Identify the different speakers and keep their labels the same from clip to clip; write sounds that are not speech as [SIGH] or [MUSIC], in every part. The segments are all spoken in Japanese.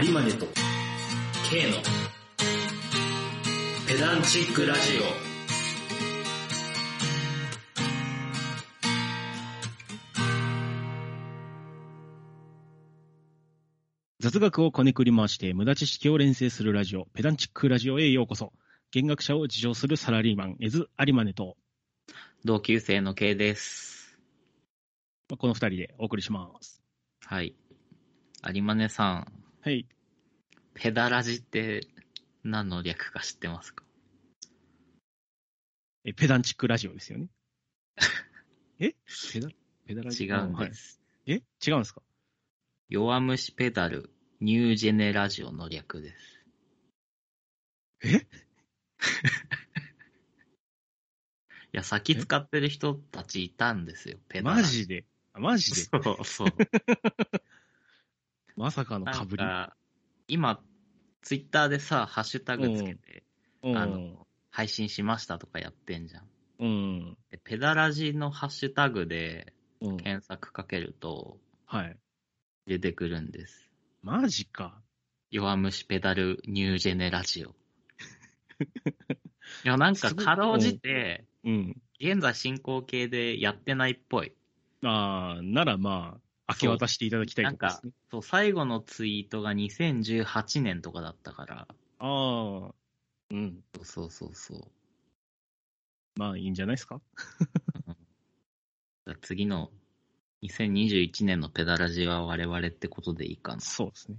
Speaker 1: 有馬ネと K のペダンチックラジ
Speaker 2: 雑学をこねくり回して無駄知識を連成するラジオ、ペダンチックラジオへようこそ。見学者を自称するサラリーマン、エズ・アリマネと、
Speaker 3: 同級生の K です。
Speaker 2: まあこの二人でお送りします。
Speaker 3: はい。有馬根さん、
Speaker 2: はい。
Speaker 3: ペダラジって何の略か知ってますか
Speaker 2: えペダンチックラジオですよ
Speaker 3: [LAUGHS]
Speaker 2: ね。えペダ、ペダラ
Speaker 3: 違
Speaker 2: ジオ
Speaker 3: うん
Speaker 2: はい
Speaker 3: で、す。
Speaker 2: え違うんですか
Speaker 3: 弱虫ペダル、ニュージェネラジオの略です。 [LAUGHS]
Speaker 2: え
Speaker 3: いや、先使ってる人たちいたんですよ、ペダラ
Speaker 2: マジであマジで
Speaker 3: そうそう。
Speaker 2: まさかの
Speaker 3: な
Speaker 2: か
Speaker 3: ん
Speaker 2: ぶり。
Speaker 3: か、今、ツイッターでさ、ハッシュタグつけて、
Speaker 2: うん
Speaker 3: あの、配信しましたとかやってんじゃん。
Speaker 2: うん。
Speaker 3: でペダラジのハッシュタグで
Speaker 2: うん。
Speaker 3: 検索かけると
Speaker 2: はい。
Speaker 3: 出てくるんです。
Speaker 2: マジか。
Speaker 3: 弱虫ペダルニュージェネラ
Speaker 2: [LAUGHS]
Speaker 3: ジオ。いや、なんかかろうじて、
Speaker 2: うん。
Speaker 3: 現在進行形でやってないっぽい。
Speaker 2: あー、ならまあ、明け渡していただきたい
Speaker 3: な
Speaker 2: と
Speaker 3: ん
Speaker 2: ころで
Speaker 3: か
Speaker 2: すね。、
Speaker 3: そう、最後のツイートが2018年とかだったから、
Speaker 2: あー、うん。
Speaker 3: そうそうそうそう。
Speaker 2: まあ、いいんじゃないですか
Speaker 3: じゃあ次の2021年のペダラジは我々ってことでいいかな。フ
Speaker 2: そうですね。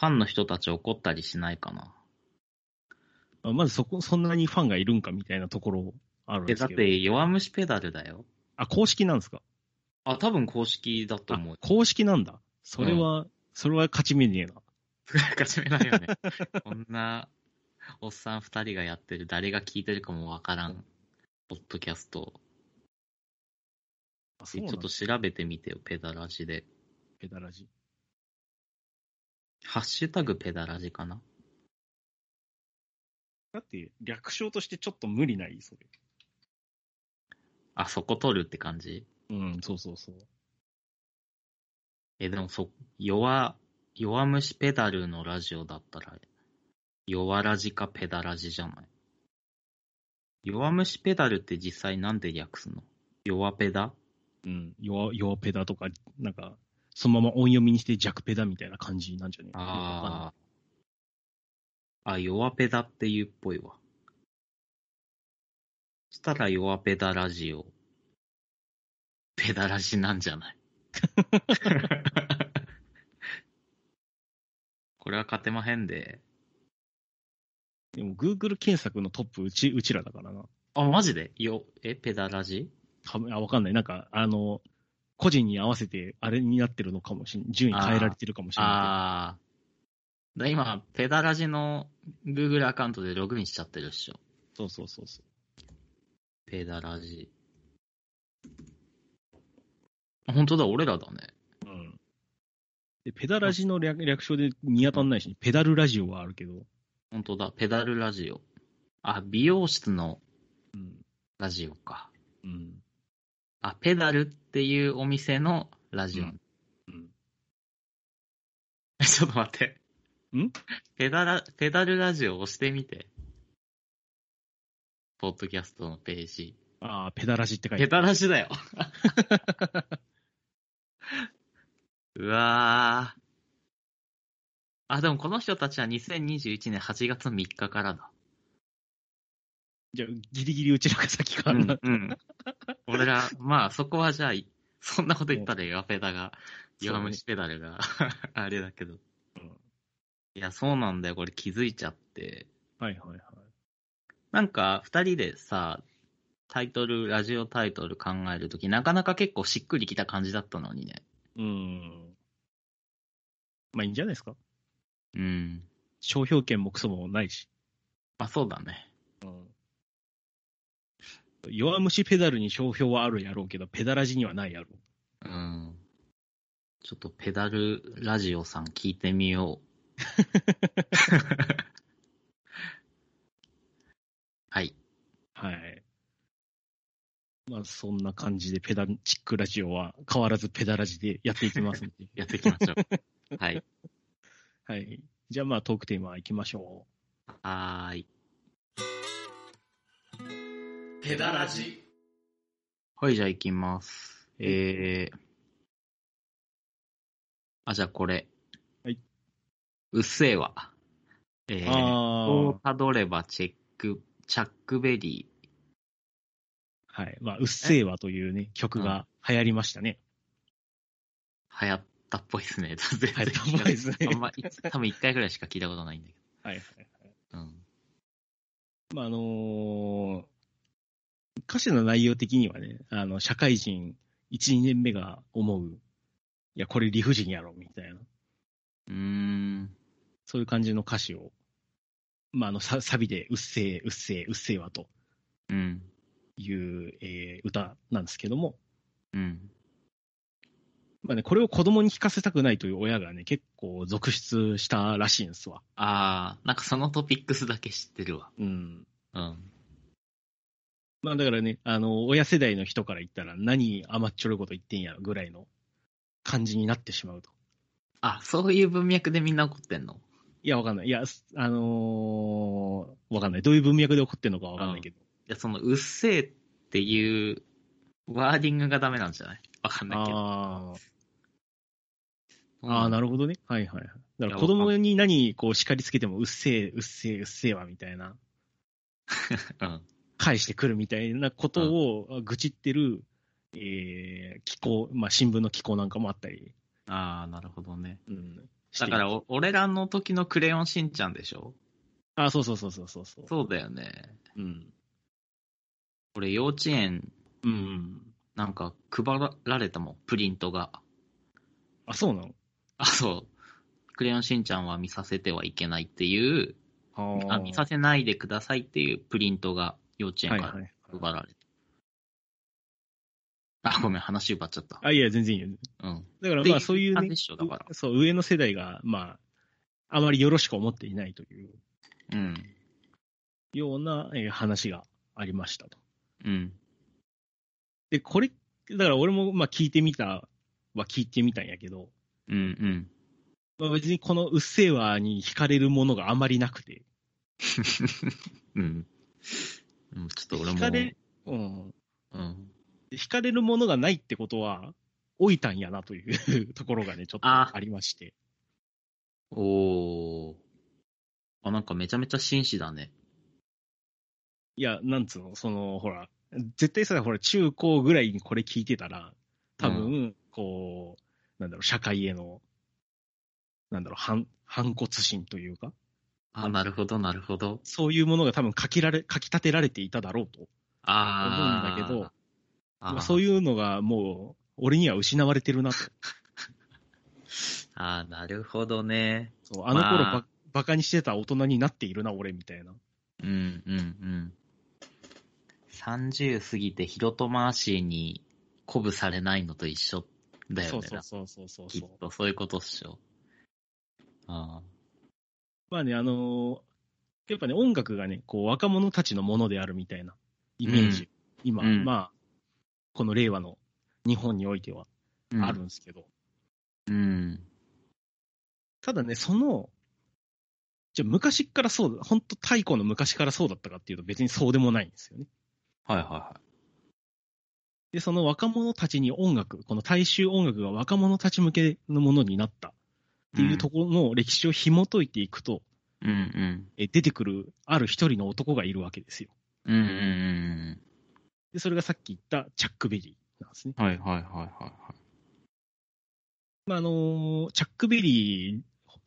Speaker 3: ァンの人たち怒ったりしないかな。
Speaker 2: まあまずそこ、そんなにファンがいるんかみたいなところあるんで
Speaker 3: え、だ
Speaker 2: す
Speaker 3: っ
Speaker 2: けど。
Speaker 3: て弱虫ペダルだよ。
Speaker 2: あ、公式なんですか
Speaker 3: あ、多分公式だと
Speaker 2: あ
Speaker 3: [LAUGHS] 思う。
Speaker 2: 公式なんだ。それは、それは勝ち目ねえな。
Speaker 3: かしめないよね。こんな、おっさん二人がやってる、誰が聞いてるかもわからん、ポッドキャスト。
Speaker 2: あ、そ
Speaker 3: ち
Speaker 2: う
Speaker 3: ょ
Speaker 2: な
Speaker 3: っ
Speaker 2: んだ
Speaker 3: と。調べてみてよ、ペダラジで。
Speaker 2: ペダラジ。
Speaker 3: ハッシュタグペダラジかな
Speaker 2: だって、略称としてちょっと無理ない、それ。
Speaker 3: あ、そこ取るって感じ
Speaker 2: うん、そうそうそう。
Speaker 3: え、でもそ、弱、弱虫ペダルのラジオだったら、弱ラジかペダラジじゃない弱虫ペダルって実際なんで略すの弱ペダ
Speaker 2: うん、弱、弱ペダとか、なんか、そのまま音読みにして弱ペダみたいな感じなんじゃねえ
Speaker 3: ああ。あ、弱ペダっていうっぽいわ。そしたら弱ペダラジオ。ペダラジなんじゃ [LAUGHS] ないこれは勝てまへんで。
Speaker 2: でも、Google 検索のトップ、うち、うちらだからな。
Speaker 3: あ、マジでよ、え、ペダラジ
Speaker 2: 多分あ、わかんない。なんか、あの、個人に合わせて、あれになってるのかもしん、順位変えられてるかもしれない
Speaker 3: ああ。だ今、ペダラジの Google アカウントでログインしちゃってるっしょ。
Speaker 2: けど。そうそうそうそう。
Speaker 3: ペダラジ。あ本当だ、俺らだね。
Speaker 2: うんで、ペダラジの略略称で見当たんないし、ペダルラジオはあるけど、
Speaker 3: 本当だ、ペダルラジオ。あ、美容室のラジオか。
Speaker 2: うん。
Speaker 3: あ、ペダルっていうお店のラジオ。
Speaker 2: うんうん
Speaker 3: え [LAUGHS] ちょっと待って。
Speaker 2: ん
Speaker 3: ペダラ、ペダルラジオ押してみて。ポッドキャストのページ。
Speaker 2: ああ、ペダラジって書いて
Speaker 3: ペ
Speaker 2: ある。
Speaker 3: ダラジ
Speaker 2: [LAUGHS]
Speaker 3: だよ。うわー。あ、でもこの人たちは2021年8月3日からだ。
Speaker 2: じゃあギリギリうちらが先か
Speaker 3: う
Speaker 2: な。
Speaker 3: ん、うん。俺ら、まあそこはじゃあ、そんなこと言ったら弱ペダが、弱虫ペダルが、あれだけど。いや、そうなんだよ。これ気づいちゃって。
Speaker 2: はいはいはい。
Speaker 3: なんか、二人でさ、タイトル、ラジオタイトル考えるとき、なかなか結構しっくりきた感じだったのにね。
Speaker 2: うん。まあいいんじゃないですか。
Speaker 3: うん。
Speaker 2: 商標権もクソもないし。
Speaker 3: まあそうだね。
Speaker 2: 弱虫ペダルに商標はあるやろうけど、ペダラジにはないやろう。
Speaker 3: うん。ちょっとペダルラジオさん聞いてみよう。はい。
Speaker 2: はい。まあそんな感じでペダンチッ
Speaker 3: [LAUGHS]
Speaker 2: クラジオは変わらずペダラジでやっていきますんで。
Speaker 3: やっていきましょう。はい。
Speaker 2: はい。じゃあまあトークテーマ行きましょ
Speaker 3: はーい。
Speaker 1: ペダラジ。
Speaker 3: はい、じゃあ行きます。えー。あ、じゃあこれ。
Speaker 2: はい。
Speaker 3: うっせぇわ。え
Speaker 2: う。
Speaker 3: ー、
Speaker 2: あ
Speaker 3: をたどればチェック、チャックベリー。
Speaker 2: あ。はい。まあ、うっせぇわというね、曲が流行りましたね。
Speaker 3: 流行ったっぽいですね。全然
Speaker 2: 流行ったっぽいっすね
Speaker 3: あんま、い多分一回ぐらいしか聞いたことないんだけ
Speaker 2: [LAUGHS] はいはい。
Speaker 3: ど。うん。
Speaker 2: まあ、あのー歌詞の内容的にはね、あの、社会人1、2年目が思う、いや、これ理不尽やろ、みたいな、
Speaker 3: うーん。
Speaker 2: そういう感じの歌詞を、まあ、あの、さサビで、うっせえ、うっせえ、うっせえわと
Speaker 3: うん。
Speaker 2: いう、えー歌なんですけども、
Speaker 3: うん。
Speaker 2: まあね、これを子供に聞かせたくないという親がね、結構続出したらしいんですわ。
Speaker 3: あー、なんかそのトピックスだけ知ってるわ。
Speaker 2: うん。
Speaker 3: うん。
Speaker 2: まあだからね、あの、親世代の人から言ったら、何甘っちょろいこと言ってんやろぐらいの感じになってしまうと。
Speaker 3: あ、そういう文脈でみんな怒ってんの
Speaker 2: いや、わかんない。いや、すあのーわかんない。どういう文脈で起こってるのかわかんないけど。
Speaker 3: いや、その、うっせーっていう、ワーディングがダメなんじゃないわかんないけど。
Speaker 2: あーあー、な
Speaker 3: る
Speaker 2: るほどね。はいはいはい。だから
Speaker 3: いや
Speaker 2: 子供に何こう叱りつけても、うっせえ、うっせえ、うっせえわ、みたいな。
Speaker 3: ほど。うん。
Speaker 2: 返してくるみたいなことを愚痴ってる、えー、気候、まあ新聞の気候なんかもあったり。
Speaker 3: ああ、なるほどね。
Speaker 2: うん。して
Speaker 3: だ
Speaker 2: い
Speaker 3: からお、俺らの時のクレヨンしんちゃんでしょ
Speaker 2: あ、そうそうそうそうそうそう。
Speaker 3: そうだよね。
Speaker 2: うん。
Speaker 3: 俺、幼稚園、
Speaker 2: うん。
Speaker 3: なんか、配られたもん、プリントが。
Speaker 2: あ、そうなの
Speaker 3: あ、そう。クレヨンしんちゃんは見させてはいけないっていう、あ
Speaker 2: あ
Speaker 3: 見させないでくださいっていうプリントが幼稚園
Speaker 2: はい
Speaker 3: か
Speaker 2: は
Speaker 3: ら
Speaker 2: い。
Speaker 3: 配られた。あ、ごめん、話奪っちゃった。
Speaker 2: あ、いや、全然いいよ。
Speaker 3: うん。
Speaker 2: だから
Speaker 3: って
Speaker 2: まあそういう
Speaker 3: 感じ
Speaker 2: ね
Speaker 3: でしょだから
Speaker 2: うそう、上の世代が、まあ、あまりよろしく思っていないという
Speaker 3: うん。
Speaker 2: ような、えー話がありましたと。
Speaker 3: うん。
Speaker 2: で、これ、だから俺もまあ聞いてみたは聞いてみたんやけど、
Speaker 3: うんうん。
Speaker 2: まあ、別にこのうっせぇわに惹かれるものがあまりなくて、
Speaker 3: うん。うんちょっと俺
Speaker 2: 惹かれ
Speaker 3: も、、
Speaker 2: うん、
Speaker 3: うん。
Speaker 2: 惹かれるものがないってことは、老いたんやなという [LAUGHS] ところがね、ちょっと
Speaker 3: あ
Speaker 2: ありまして。
Speaker 3: おー。あ、なんかめちゃめちゃ紳士だね。
Speaker 2: いや、なんつうの、その、ほら、絶対さ、ほら、中高ぐらいにこれ聞いてたら、多分、
Speaker 3: う
Speaker 2: こう、なんだろう、社会への、なんだろう、反、反骨心というか、
Speaker 3: あ、なるほど、なるほど。
Speaker 2: そういうものが多分書きられ、書き立てられていただろうと思うん
Speaker 3: あ
Speaker 2: だ
Speaker 3: ー。
Speaker 2: けど、
Speaker 3: あー
Speaker 2: まあそういうのがもう、俺には失われてるなと。
Speaker 3: あーなるほどね。
Speaker 2: そうあの頃ば、
Speaker 3: まあ
Speaker 2: バカにしてた大人になっているな、俺みたいな。
Speaker 3: うんうんうん。30過ぎてヒロトマーシーに鼓舞されないのと一緒だよ
Speaker 2: そ
Speaker 3: ね。
Speaker 2: うそうそうそうそう
Speaker 3: きっ
Speaker 2: そう。
Speaker 3: とそういうことっしょ。あ
Speaker 2: まあね、あのーやっぱね、音楽がね、こう、若者たちのものであるみたいなイメージ、
Speaker 3: う
Speaker 2: 今、
Speaker 3: うん
Speaker 2: まあ、この令和の日本においては
Speaker 3: ーうん
Speaker 2: あるんですけど、
Speaker 3: うん。
Speaker 2: ただね、その、じゃあ昔っからそうだ、本当太古の昔からそうだったかっていうと別にそうでもないんですよね。
Speaker 3: はいはいは
Speaker 2: で、その若者たちに音楽、この大衆音楽が若者たち向けのものになったっていうところの歴史を紐解いていくと、
Speaker 3: い。うんうん。
Speaker 2: え出てくるある一人の男がいるわけですよ。
Speaker 3: うんうんうん
Speaker 2: で、それがさっき言ったチャックベリーなんですね。
Speaker 3: うん。はいはいはいはいはい。
Speaker 2: まあ、あのーチャックベリー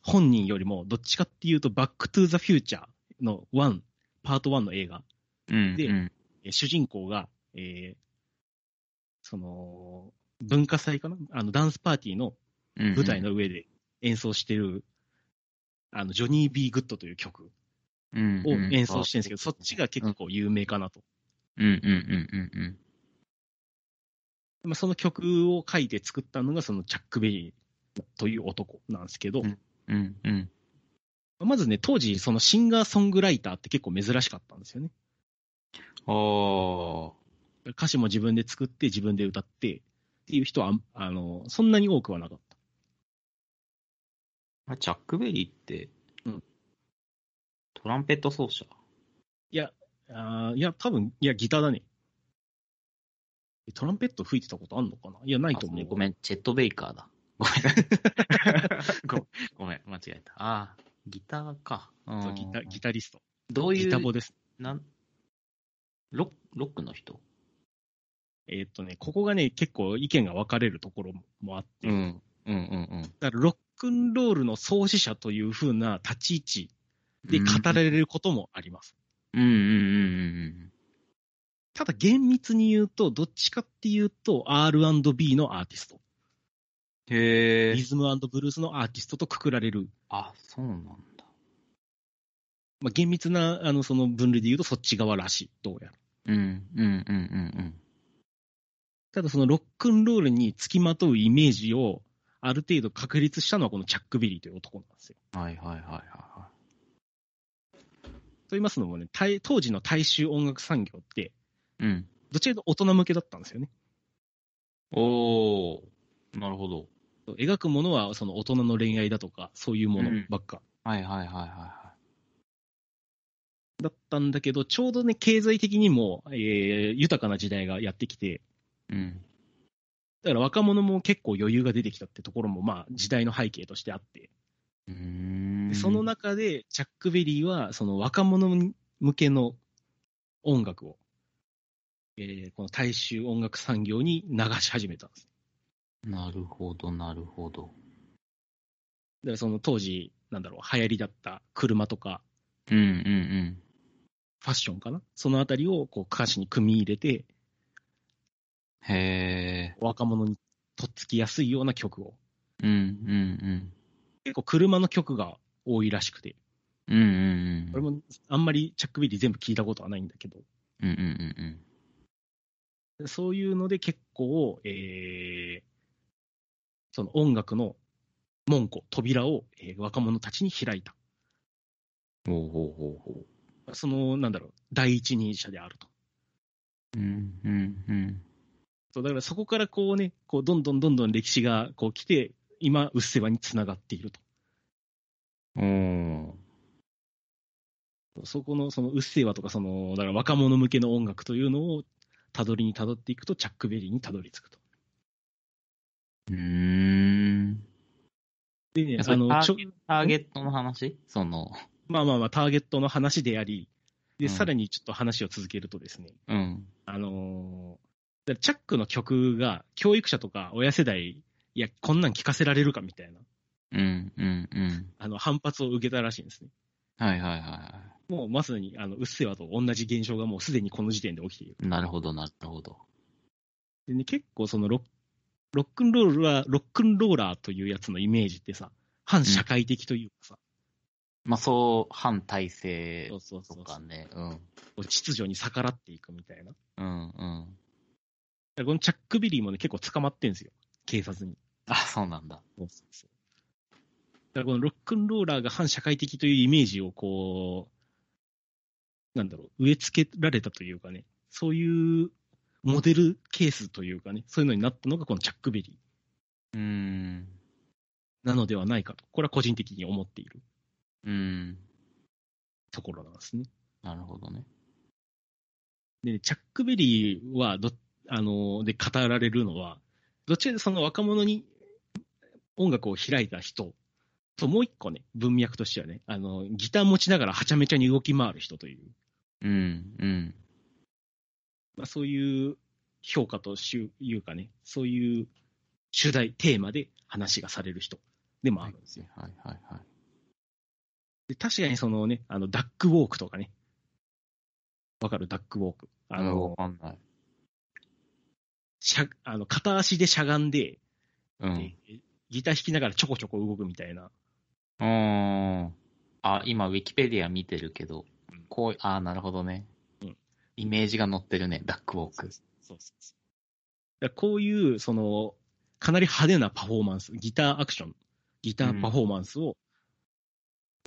Speaker 2: 本人よりも、どっちかっていうと、バックトゥーザフューチャーのワン、パート1の映画、
Speaker 3: うん
Speaker 2: で
Speaker 3: うん
Speaker 2: えー主人公が、えーその、文化祭かなあの、ダンスパーティーの
Speaker 3: うんうん
Speaker 2: 舞台の上で演奏してる、あの、ジョニー・ビー・グッドという曲を演奏してるんですけど、そっちが結構有名かなと。
Speaker 3: うんうんうんうんうん。
Speaker 2: まあ、その曲を書いて作ったのが、そのチャック・ベリーという男なんですけど、
Speaker 3: んうんうん。
Speaker 2: まずね、当時、そのシンガーソングライターって結構珍しかったんですよね。
Speaker 3: あ
Speaker 2: 歌詞も自分で作って、自分で歌ってっていう人は、あんあの、そんなに多くはなかった。
Speaker 3: あジャックベリーって、
Speaker 2: うん
Speaker 3: トランペット奏者
Speaker 2: あーいや、多分、いや、ギターだね。トランペット吹いてたことあんのかないや、ないと思
Speaker 3: あ
Speaker 2: う。
Speaker 3: ごめん、チェット・ベイカーだ。ごめん。 [LAUGHS] ごめん、ごめん間違えた。ああ、ギターか。うん
Speaker 2: そうギタギタリスト。
Speaker 3: どうい
Speaker 2: ギ
Speaker 3: う
Speaker 2: タボです。
Speaker 3: なんロックロックの人
Speaker 2: えーっとね、ここがね、結構意見が分かれるところもあって、だ
Speaker 3: ん。うんうん
Speaker 2: からロックンロールの創始者というふうな立ち
Speaker 3: うん。
Speaker 2: 位置で語ら
Speaker 3: る。
Speaker 2: れることもあります。
Speaker 3: うんうんうん
Speaker 2: ただ厳密に言うと、どっちかっていうと R&B のアーティスト、
Speaker 3: うん。へ
Speaker 2: リ。ズムブルースのアーティストとくくられる、
Speaker 3: あ、そうなんだ。
Speaker 2: まあ、厳密なあのその分類で言うとそっち側らしい、どうやら。
Speaker 3: うんうんうんうん
Speaker 2: ただそのロックンロールにつきまとうイメージをある程度確立したのはこのチャック・ベリーという男なんですよ。
Speaker 3: うん。はいはいはいはいは
Speaker 2: と言いますのもね、大当時の大衆音楽産業って、
Speaker 3: い。うん。
Speaker 2: どちらかというと大人向けだったんですよね。
Speaker 3: おー、なるほど。
Speaker 2: 描くものはその大人の恋愛だとか、そういうものばっか、
Speaker 3: はいはいはいはいは
Speaker 2: だったんだけど、ちょうどね、経済的にも、えー豊かな時代がやってきて、
Speaker 3: い。うん。
Speaker 2: だから若者も結構余裕が出てきたってところも、まあ、時代の背景としてあって、
Speaker 3: う
Speaker 2: で
Speaker 3: ーん
Speaker 2: その中で、チャック・ベリーは、その若者向けの音楽を、えーこの大衆音楽産業に流し始めたんです。
Speaker 3: なるほどなるほど。
Speaker 2: だからその当時、なんだろう、流行りだった車とか、
Speaker 3: うんうん
Speaker 2: ファッションかなそのあたりをこう歌詞に組み入れて、
Speaker 3: うん。へ
Speaker 2: 若者にとっつきやすいような曲を。
Speaker 3: ー。うんうん
Speaker 2: 結構車の曲が多いらしくて、
Speaker 3: うん。うんうんうん。
Speaker 2: 俺もあんまりチャックベリー全部聞いたことはないんだけど、
Speaker 3: うんうんうんうん。
Speaker 2: そういうので結構、えーその音楽の門戸、扉を、えー若者たちに開いた。
Speaker 3: ほうほうほうほ
Speaker 2: その、なんだろう、第一人者であると。
Speaker 3: う。うんうんうん。
Speaker 2: そうだからそこからこうね、こうどんどんどんどん歴史がこう来て、今、うっせわにつながっていると。
Speaker 3: おー
Speaker 2: そこの、その、うっせぇわとか、その、だから若者向けの音楽というのを、たどりにたどっていくと、チャックベリーにたどり着くと。
Speaker 3: うーん。
Speaker 2: でね、
Speaker 3: そ
Speaker 2: あ
Speaker 3: れ
Speaker 2: の、
Speaker 3: タ
Speaker 2: ちょ
Speaker 3: ーゲターゲットの話その、
Speaker 2: まあまあまあ、ターゲットの話であり、で、
Speaker 3: うん
Speaker 2: さらにちょっと話を続けるとですね、
Speaker 3: うん。
Speaker 2: あのーだからチャックの曲が、教育者とか親世代、いや、こんなん聞かせられるかみたいな、
Speaker 3: うんうんうん。
Speaker 2: あの、反発を受けたらしいんですね。
Speaker 3: はいはいはいは
Speaker 2: もうまさに、あの、うっせぇわと同じ現象がもうすでにこの時点で起きている。
Speaker 3: い。なるほどなるほど。
Speaker 2: でね、結構そのロッロックンロールは、ロックンローラーというやつのイメージってさ、反社会的というかさ、
Speaker 3: まあそう、反体制
Speaker 2: そうそうそ
Speaker 3: と
Speaker 2: う
Speaker 3: かね。うん。
Speaker 2: 秩序に逆らっていくみたいな。だか
Speaker 3: うんうん。
Speaker 2: らこのチャックビリーもね、結構捕まってんですよ、警察に。
Speaker 3: あ、そうなんだ。
Speaker 2: そうそうそうだからこのロックンローラーが反社会的というイメージをこう、なんだろう、植え付けられたというかね、そういうモデルケースというかね、そういうのになったのがこのチャックベリー
Speaker 3: うん。
Speaker 2: なのではないかと、これは個人的に思っている
Speaker 3: うん。
Speaker 2: ところなんですね。
Speaker 3: なるほどね。
Speaker 2: で、チャックベリーはど、あの、で語られるのは、どちらかというとその若者に音楽を開いた人と、もう一個ね、文脈としてはね、あの、ギター持ちながらはちゃめちゃに動き回る人という、
Speaker 3: うんうん。
Speaker 2: まあそういう評価としゅいうかね、そういう主題、テーマで話がされる人でもあるんですよ。
Speaker 3: はいはいはい。
Speaker 2: で確かにそのね、あの、ダックウォークとかね、わかるダックウォーク。あ
Speaker 3: うんわ
Speaker 2: の、
Speaker 3: かんない。
Speaker 2: しゃあの片足でしゃがんで、
Speaker 3: うん。
Speaker 2: ギター弾きながらちょこちょこ動くみたいな。
Speaker 3: うん。あ、今、ウィキペディア見てるけど、こう、あ、なるほどね。イメージが載ってるね、ダックウォーク。
Speaker 2: そうそうそう。だからこういう、その、かなり派手なパフォーマンス、ギターアクション、ギターパフォーマンスを、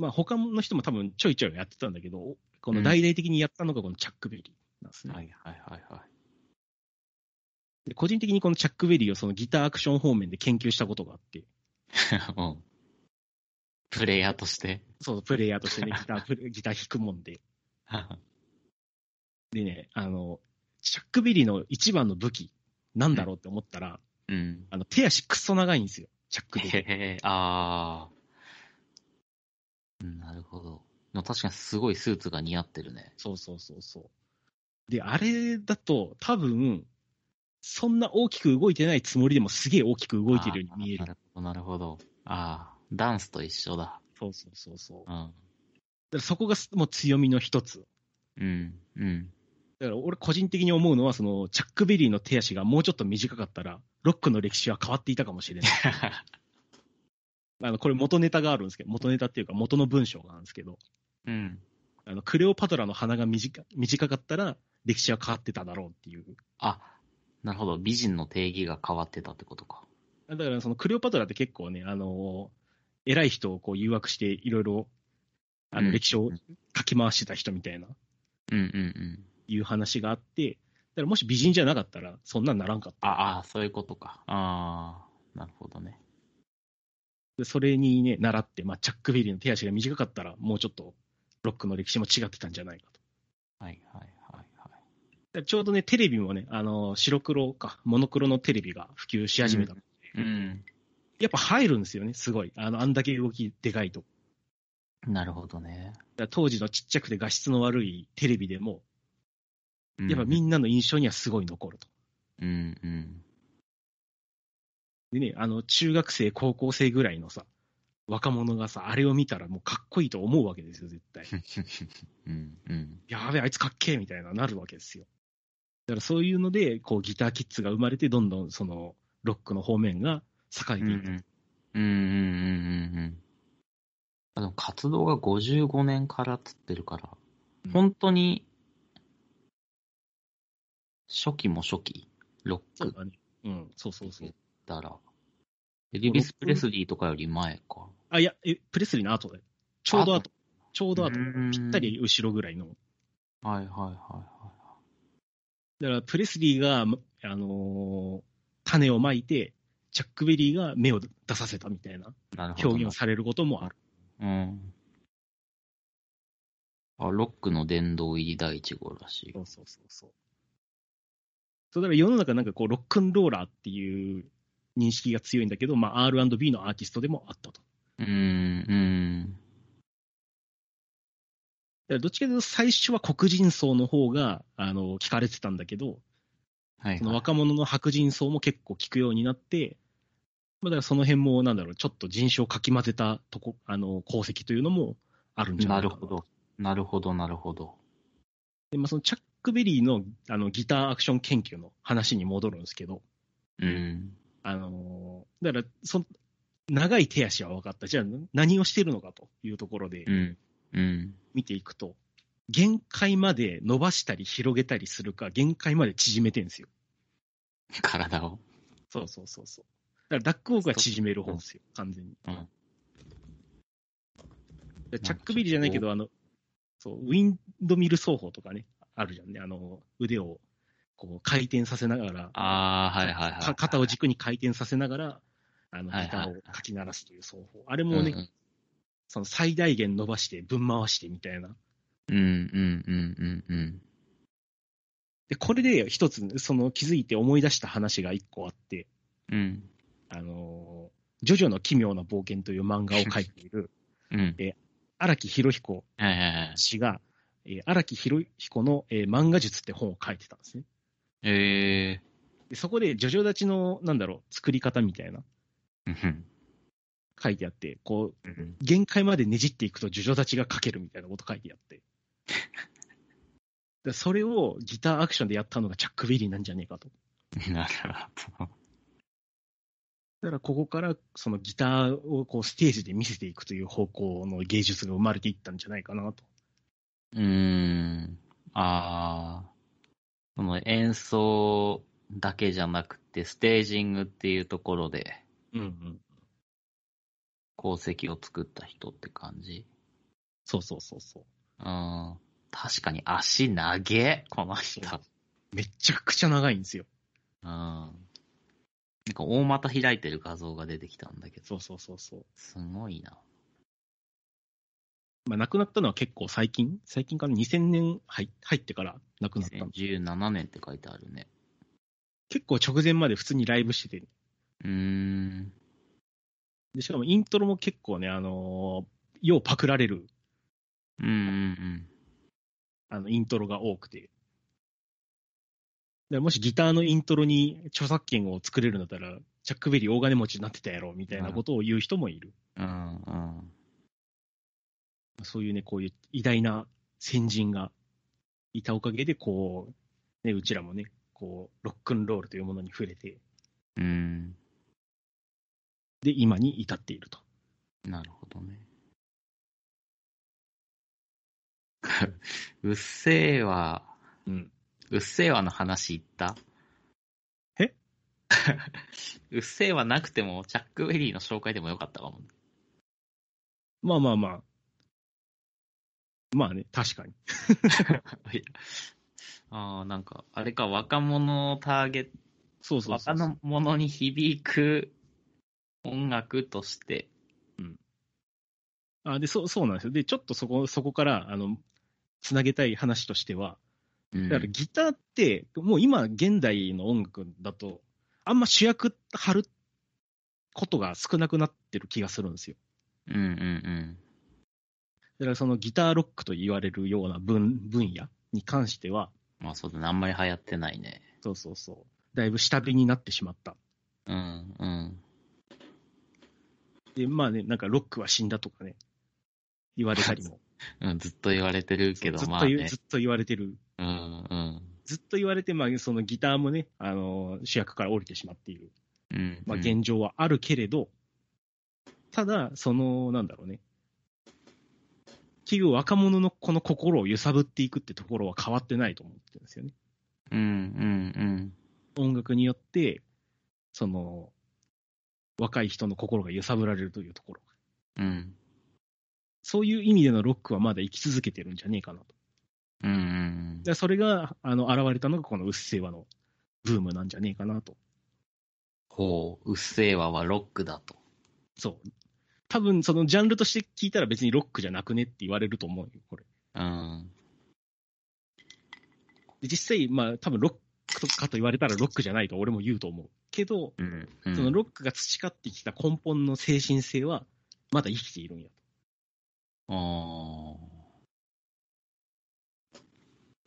Speaker 2: まあ他の人も多分ちょいちょいやってたんだけど、この大々的にやったのがこのチャックベリーなんですね。
Speaker 3: はいはいはいはい。
Speaker 2: で個人的にこの
Speaker 3: [LAUGHS]
Speaker 2: チャックベリーをそのギターアクション方面で研究したことがあって、
Speaker 3: うん。プレイヤーとして。
Speaker 2: そう、プレイヤーとして
Speaker 3: [LAUGHS]
Speaker 2: ね、ギター、プレギター弾くもんで。でね、あの、チャックベリーの一番の武器、なんだろうって思ったら、
Speaker 3: うん。
Speaker 2: あの、手足くっそ長いんですよ、チャックベリー。
Speaker 3: へえ、あー。うんなるほど。でも確かにすごいスーツが似合ってるね。
Speaker 2: そうそうそうそう。で、あれだと、多分、そんな大きく動いてないつもりでもすげえ大きく動いてるように見え
Speaker 3: あ
Speaker 2: る。
Speaker 3: ーなるほど、なるほど。あー、ダンスと一緒だ。
Speaker 2: そうそうそうそう。だか
Speaker 3: うん。
Speaker 2: らそこがすもう強みの一つ。
Speaker 3: うん。うん。 [LAUGHS]
Speaker 2: だから俺個人的に思うのは、その、チャックベリーの手足がもうちょっと短かったら、ロックの歴史は変わっていたかもしれない。 [LAUGHS] あの、これ元ネタがあるんですけど、元ネタっていうか元の文章があるんですけど、
Speaker 3: うん。
Speaker 2: あの、クレオパトラの鼻が短短かったら、歴史は変わってただろうっていう。
Speaker 3: あ、なるほど。美人の定義が変わってたってことか。
Speaker 2: だからそのクレオパトラって結構ね、あの偉い人をこう誘惑していろいろあ
Speaker 3: う
Speaker 2: の
Speaker 3: ん
Speaker 2: 歴史をかき回してた人みたいな、
Speaker 3: うんうんうん。
Speaker 2: いう話があって、だからもし美人じゃなかったら、そんなんならんかった。
Speaker 3: ああ、そういうことか。ああ、なるほどね。
Speaker 2: でそれにね、習って、まあ、チャック・ベリーの手足が短かったら、もうちょっとロックの歴史も違ってたんじゃないかと。
Speaker 3: はいはいはいはい。
Speaker 2: だからちょうどね、テレビもね、あの白黒か、モノクロのテレビが普及し始めた、
Speaker 3: うん。
Speaker 2: やっぱ入るんですよね、すごい。あの、あんだけ動きでかいと。
Speaker 3: なるほど
Speaker 2: だ
Speaker 3: ね。
Speaker 2: から当時のちっちゃくて画質の悪いテレビでも、やっぱみ
Speaker 3: ん
Speaker 2: んなの印象にはすごい残ると。
Speaker 3: うんうん。
Speaker 2: でね、あの、中学生、高校生ぐらいのさ、若者がさ、あれを見たらもうかっこいいと思うわけですよ、絶
Speaker 3: [LAUGHS]
Speaker 2: 対。
Speaker 3: うんうん。
Speaker 2: やべえ、あいつかっけえみたいな、なるわけですよ。だからそういうので、こう、ギターキッズが生まれて、どんどんその、ロックの方面が栄え
Speaker 3: う
Speaker 2: て
Speaker 3: んう
Speaker 2: い
Speaker 3: ん
Speaker 2: った。
Speaker 3: うんうんうんうん。あでも活動が55年からっつってるから、
Speaker 2: うん
Speaker 3: 本当に、初期も初期、ロッ
Speaker 2: そう
Speaker 3: ク
Speaker 2: だね。うん、そうそうそう。
Speaker 3: だら、エリビス・プレスリーとかより前か。
Speaker 2: あ、いや、え、プレスリーの後で。ちょうど後。ちょうど後。
Speaker 3: うん
Speaker 2: ぴったり後ろぐらいの。
Speaker 3: はいはいはいはい。
Speaker 2: だから、プレスリーが、あのー種をまいて、チャックベリーが芽を出させたみたいな
Speaker 3: なるほど。
Speaker 2: 表現をされることもある。
Speaker 3: うん。あ、ロックの殿堂入り第1号らしい
Speaker 2: そ。うそうそうそう。そうだから世の中なんかこう、ロックンローラーっていう認識が強いんだけど、まあ、R&B のアーティストでもあったと。だか
Speaker 3: うーん、
Speaker 2: らどっちかというと最初は黒人層の方が、あの、聞かれてたんだけど、
Speaker 3: うん。はい、
Speaker 2: その若者の白人層も結構聞くようになって、まあ、だからその辺も、なんだろう、ちょっと人種をかき混ぜたとこ、あの、功績というのもあるんじゃな
Speaker 3: ない
Speaker 2: かな。
Speaker 3: るほど。なるほど、なるほど。
Speaker 2: で、まあ、そのチャックベリーの、あの、ギターアクション研究の話に戻るんですけど、
Speaker 3: うん。
Speaker 2: あのーだからその、長い手足は分かった。じゃあ、何をしてるのかというところで
Speaker 3: うん。うん。 [LAUGHS]
Speaker 2: 見ていくと、限界まで伸ばしたり広げたりするか、限界まで縮めてるんですよ。
Speaker 3: 体を。
Speaker 2: そうそうそうそう。だから、ダックウォークは縮める方ですよ、完全に。
Speaker 3: うん
Speaker 2: でチャックベリーじゃないけど、あの、そう、ウィンドミル奏法とかね、あるじゃんね。あの、腕を、こう、回転させながら、
Speaker 3: ああ、はいはいはい。
Speaker 2: か肩を軸に回転させながら、あの、
Speaker 3: はいはい
Speaker 2: ギターをかき鳴らすという奏法。あれもね、
Speaker 3: うんうん
Speaker 2: その最大限伸ばして、ぶん回してみたいな。
Speaker 3: うんうんうんうんうん。
Speaker 2: で、これで一つ、その気づいて思い出した話が一個あって、
Speaker 3: うん。
Speaker 2: あのージョジョの奇妙な冒険という漫画を描いてい
Speaker 3: [LAUGHS]
Speaker 2: る
Speaker 3: うん。
Speaker 2: 荒木博彦
Speaker 3: はいはいはい。
Speaker 2: 氏が、えー荒木博彦の、えー漫画術って本を書いてたんですね。
Speaker 3: え
Speaker 2: でそこで、ジョジョ立ちの、なんだろう、作り方みたいな、
Speaker 3: えー。
Speaker 2: 書いてあって、こう、
Speaker 3: うん。
Speaker 2: 限界までねじっていくと、ジョジョ立ちが書けるみたいなこと書いてあって。 [LAUGHS] でそれをギターアクションでやったのがチャック・ベリーなんじゃねえかと。
Speaker 3: なるほど。
Speaker 2: だからここからそのギターをこうステージで見せていくという方向の芸術が生まれていったんじゃないかなと。
Speaker 3: うーん。ああ。その演奏だけじゃなくて、ステージングっていうところで
Speaker 2: うんうん。
Speaker 3: 功績を作った人って感じ。
Speaker 2: そうそうそうそ
Speaker 3: うん。確かに足長え、この人。うん。
Speaker 2: う。めちゃくちゃ長いんですよ。
Speaker 3: なんか大股開いてる画像が出てきたんだけど、
Speaker 2: そうそうそうそう。
Speaker 3: すごいな。
Speaker 2: まあ、亡くなったのは結構最近、最近から2000年入入ってから亡くなったんで
Speaker 3: 2017年って書いてあるね。
Speaker 2: 結構直前まで普通にライブしてて、
Speaker 3: うーん。
Speaker 2: でしかもイントロも結構ね、あのーようパクられる
Speaker 3: うんうんうん。
Speaker 2: あのイントロが多くて。でもしギターのイントロに著作権を作れるんだったら、チャックベリー大金持ちになってたやろ、みたいなことを言う人もいる。
Speaker 3: うんうん。
Speaker 2: そういうね、こういう偉大な先人がいたおかげで、こう、ね、うちらもね、こう、ロックンロールというものに触れて、
Speaker 3: うん。
Speaker 2: で、今に至っていると。
Speaker 3: なるほどね。 [LAUGHS] うっせぇわ。
Speaker 2: うん。
Speaker 3: うっせぇわの話言った
Speaker 2: え
Speaker 3: [LAUGHS] うっせぇわなくても、チャック・ベリーの紹介でもよかったかも。
Speaker 2: まあまあまあ。まあね、確かに。
Speaker 3: いやああ、なんか、あれか、若者をターゲット、
Speaker 2: そうそうそうそう
Speaker 3: 若者に響く音楽として。
Speaker 2: あでそう。そうなんですよ。で、ちょっとそこ、そこから、あの、つなげたい話としては、
Speaker 3: うん
Speaker 2: だからギターって、もう今、現代の音楽だと、あんま主役張ることが少なくなってる気がするんですよ。
Speaker 3: うんうん
Speaker 2: だからそのギターロックと言われるような分分野に関しては、
Speaker 3: うん。まあそうだね、あんまり流行ってないね。
Speaker 2: そうそうそう、だいぶ下火になってしまった。
Speaker 3: うんうん。
Speaker 2: で、まあね、なんかロックは死んだとかね、言われたりも。
Speaker 3: うん、ずっと言われてるけど
Speaker 2: ず、っ
Speaker 3: ま
Speaker 2: と
Speaker 3: あ
Speaker 2: 言う、
Speaker 3: ね
Speaker 2: ず。っと言われてる。
Speaker 3: うんうん。
Speaker 2: ずっと言われて、まあ、そのギターもね、あのー主役から降りてしまっている、
Speaker 3: うん、
Speaker 2: まあ、
Speaker 3: うん
Speaker 2: 現状はあるけれど、ただ、その、なんだろうね、企業若者のこの心を揺さぶっていくってところは変わってないと思ってるんですよね。
Speaker 3: うんうん
Speaker 2: 音楽によって、その、若い人の心が揺さぶられるというところ。
Speaker 3: うん。うん
Speaker 2: そういう意味でのロックはまだ生き続けてるんじゃねえかなと。
Speaker 3: うんうん
Speaker 2: でそれが、あの、現れたのがこのうっせぇわのブームなんじゃねえかなと。
Speaker 3: ほう、うっせぇわはロックだと。
Speaker 2: そう。多分、そのジャンルとして聞いたら別にロックじゃなくねって言われると思うよ、これ。
Speaker 3: うん。
Speaker 2: で実際、まあ、多分ロックとかと言われたらロックじゃないと俺も言うと思う。けど、
Speaker 3: うん、うん。
Speaker 2: そのロックが培ってきた根本の精神性は、まだ生きているんや
Speaker 3: あー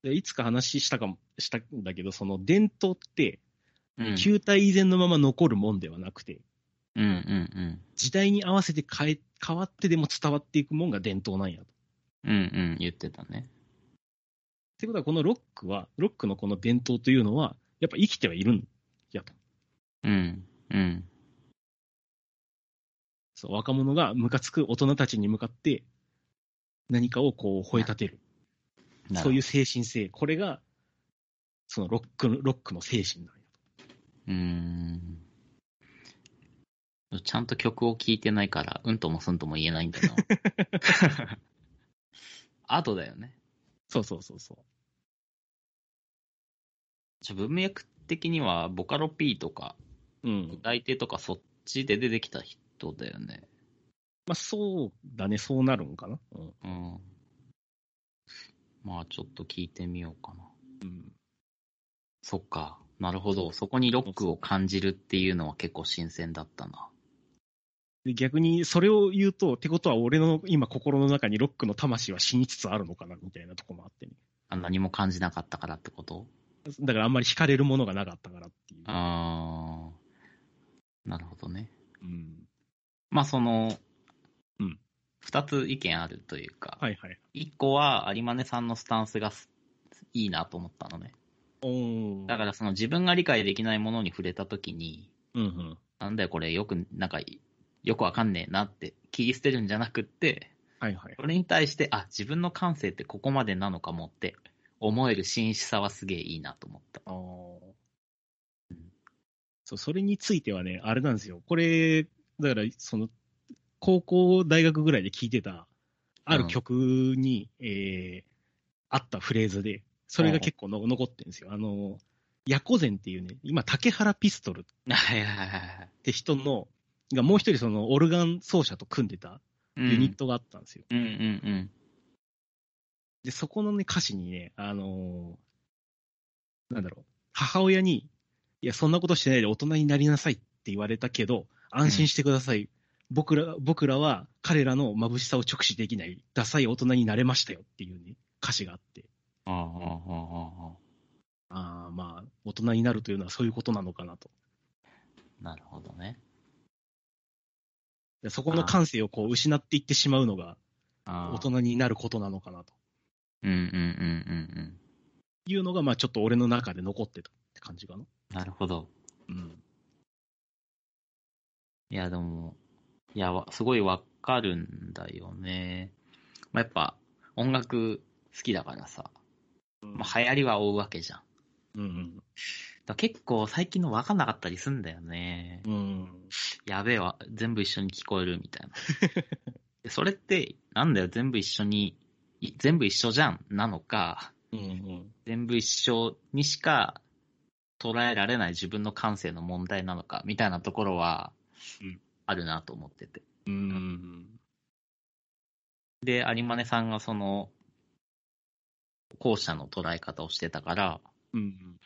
Speaker 2: と。でいつか話したかも、したんだけど、その伝統って、
Speaker 3: うん
Speaker 2: 球体以前のまま残るもんではなくて、
Speaker 3: うんうん
Speaker 2: 時代に合わせて変え変わってでも伝わっていくもんが伝統なんやと。っ
Speaker 3: うん。うんうん、言ってたね。
Speaker 2: てことは、このロックは、ロックのこの伝統というのは、やっぱ生きてはいるんやと。
Speaker 3: うん、うん、
Speaker 2: そう若者がムカつく大人たちに向かって、何かをこう吠え立てる。
Speaker 3: なるほど
Speaker 2: そういう精神性。これが、そのロックの、ロックの精神なんや
Speaker 3: うーん。ちゃんと曲を聴いてないから、うんともすんとも言えないんだな。
Speaker 2: [LAUGHS]
Speaker 3: あとだよね。
Speaker 2: そうそうそうそう。
Speaker 3: じゃあ文脈的には、ボカロ P とか、
Speaker 2: うん。
Speaker 3: 歌い手とか、そっちで出てきた人だよね。
Speaker 2: まあそうだね、そうなるんかな。うん。
Speaker 3: うん。まあ、ちょっと聞いてみようかな。
Speaker 2: うん、
Speaker 3: そっか。なるほど。そこにロックを感じるっていうのは結構新鮮だったな。
Speaker 2: で逆にそれを言うと、ってことは俺の今心の中にロックの魂は死につつあるのかな、みたいなとこもあってね。
Speaker 3: あ何も感じなかったからってこと
Speaker 2: だからあんまり惹かれるものがなかったからっていう。
Speaker 3: あー。なるほどね。
Speaker 2: うん。
Speaker 3: まあその、
Speaker 2: うん。
Speaker 3: 二つ意見あるというか、
Speaker 2: はいはい。
Speaker 3: 一個は有馬根さんのスタンスがすいいなと思ったのね。
Speaker 2: お
Speaker 3: だからその自分が理解できないものに触れたときに、
Speaker 2: うんうん。
Speaker 3: なんだよこれよく、なんか、よくわかんねえなって切り捨てるんじゃなくって、
Speaker 2: はいはい。
Speaker 3: それに対して、あ、自分の感性ってここまでなのかもって思える真摯さはすげえいいなと思った。
Speaker 2: ああ。そう、それについてはね、あれなんですよ。これ、だから、その、高校、大学ぐらいで聴いてた、ある曲に、えーあったフレーズで、それが結構の残ってるんですよ。あの、ヤコゼンっていうね、今、竹原ピストルっ
Speaker 3: はいはいはいはい。
Speaker 2: て人の、がもう一人、その、オルガン奏者と組んでた、
Speaker 3: う
Speaker 2: ユニットがあったんですよ。
Speaker 3: うんうん
Speaker 2: で、そこのね、歌詞にね、あのーなんだろう、母親に、いや、そんなことしてないで大人になりなさいって言われたけど、安心してください。僕ら、僕らは彼らの眩しさを直視できない、ダサい大人になれましたよっていうね、歌詞があって、
Speaker 3: うん。ああ、ああ、あ
Speaker 2: ああ、まあ、大人になるというのはそういうことなのかなと。
Speaker 3: あ。なるほどね。
Speaker 2: でそこの感性をこう失っていってしまうのが、
Speaker 3: ああ
Speaker 2: 大人になることなのかなと
Speaker 3: うんうんうんうんうん。
Speaker 2: いうのが、まあ、ちょっと俺の中で残ってたって感じかな。
Speaker 3: なるほど。
Speaker 2: うん。
Speaker 3: いや、でも、いや、わすごいわかるんだよね。まあ、やっぱ、音楽好きだからさ、まあ、流行りは追うわけじゃん。だか
Speaker 2: うん。
Speaker 3: ら結構最近のわかんなかったりすんだよね。
Speaker 2: うん。
Speaker 3: やべえわ、全部一緒に聞こえるみ
Speaker 2: [LAUGHS]
Speaker 3: たいな。でそれって、なんだよ、全部一緒に、い全部一緒じゃん、なのか、
Speaker 2: うん。うん。
Speaker 3: 全部一緒にしか捉えられない自分の感性の問題なのか、みたいなところは
Speaker 2: うん、
Speaker 3: あるなと思ってて。
Speaker 2: うん。
Speaker 3: で、有馬根さんがその、後者の捉え方をしてたから、
Speaker 2: うん。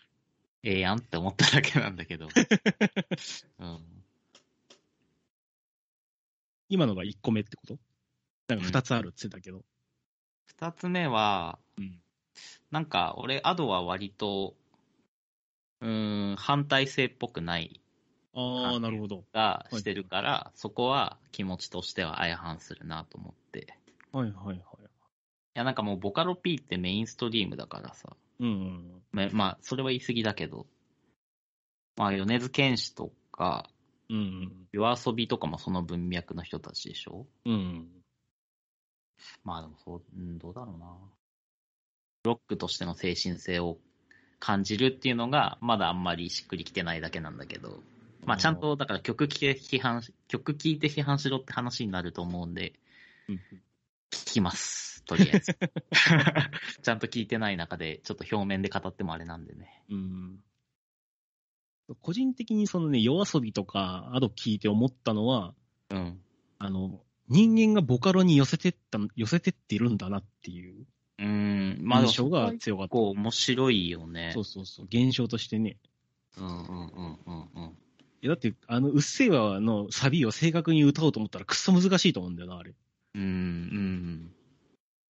Speaker 3: ええやんって思っただけなんだ
Speaker 2: [LAUGHS]
Speaker 3: けど。うん、
Speaker 2: 今のが1個目ってことなんか2つあるって言ってたけど。
Speaker 3: 二つ目は、
Speaker 2: うん
Speaker 3: なんか俺、アドは割と、うーん、反対性っぽくない
Speaker 2: あ
Speaker 3: は
Speaker 2: あ、
Speaker 3: い
Speaker 2: なるほど。
Speaker 3: がしてるから、そこは気持ちとしては相反するなと思って。い
Speaker 2: はいはいはい。
Speaker 3: や、なんかもうボカロ P ってメインストリームだからさ、
Speaker 2: うん。
Speaker 3: ままあ、それは言い過ぎだけど、まあ、米津玄師とか、
Speaker 2: うん。
Speaker 3: 夜遊びとかもその文脈の人たちでしょ
Speaker 2: うん。
Speaker 3: まあでもそう、うん、どうだろうな。ロックとしての精神性を感じるっていうのが、まだあんまりしっくりきてないだけなんだけど、まあちゃんと、だから曲聴いて批判し、曲聴いて批判しろって話になると思うんで、
Speaker 2: うん
Speaker 3: 聞きます、とりあえ [LAUGHS] ず。ちゃんと聞いてない中で、ちょっと表面で語ってもあれなんでね。
Speaker 2: うん。個人的にそのね、夜遊びとか、アド聞いて思ったのは、
Speaker 3: うん。
Speaker 2: あの、人間がボカロに寄せてった、寄せてってるんだなっていう
Speaker 3: うん、まあでも
Speaker 2: 印
Speaker 3: そ
Speaker 2: 象
Speaker 3: こは
Speaker 2: が
Speaker 3: 結
Speaker 2: 強かった。
Speaker 3: 構面白いよね。
Speaker 2: そうそうそう、現象としてね。
Speaker 3: うんうんうんうんうん。
Speaker 2: いやだって、あの、うっせぇわのサビを正確に歌おうと思ったらくっそ難しいと思うんだよな、あれ。
Speaker 3: うんうん。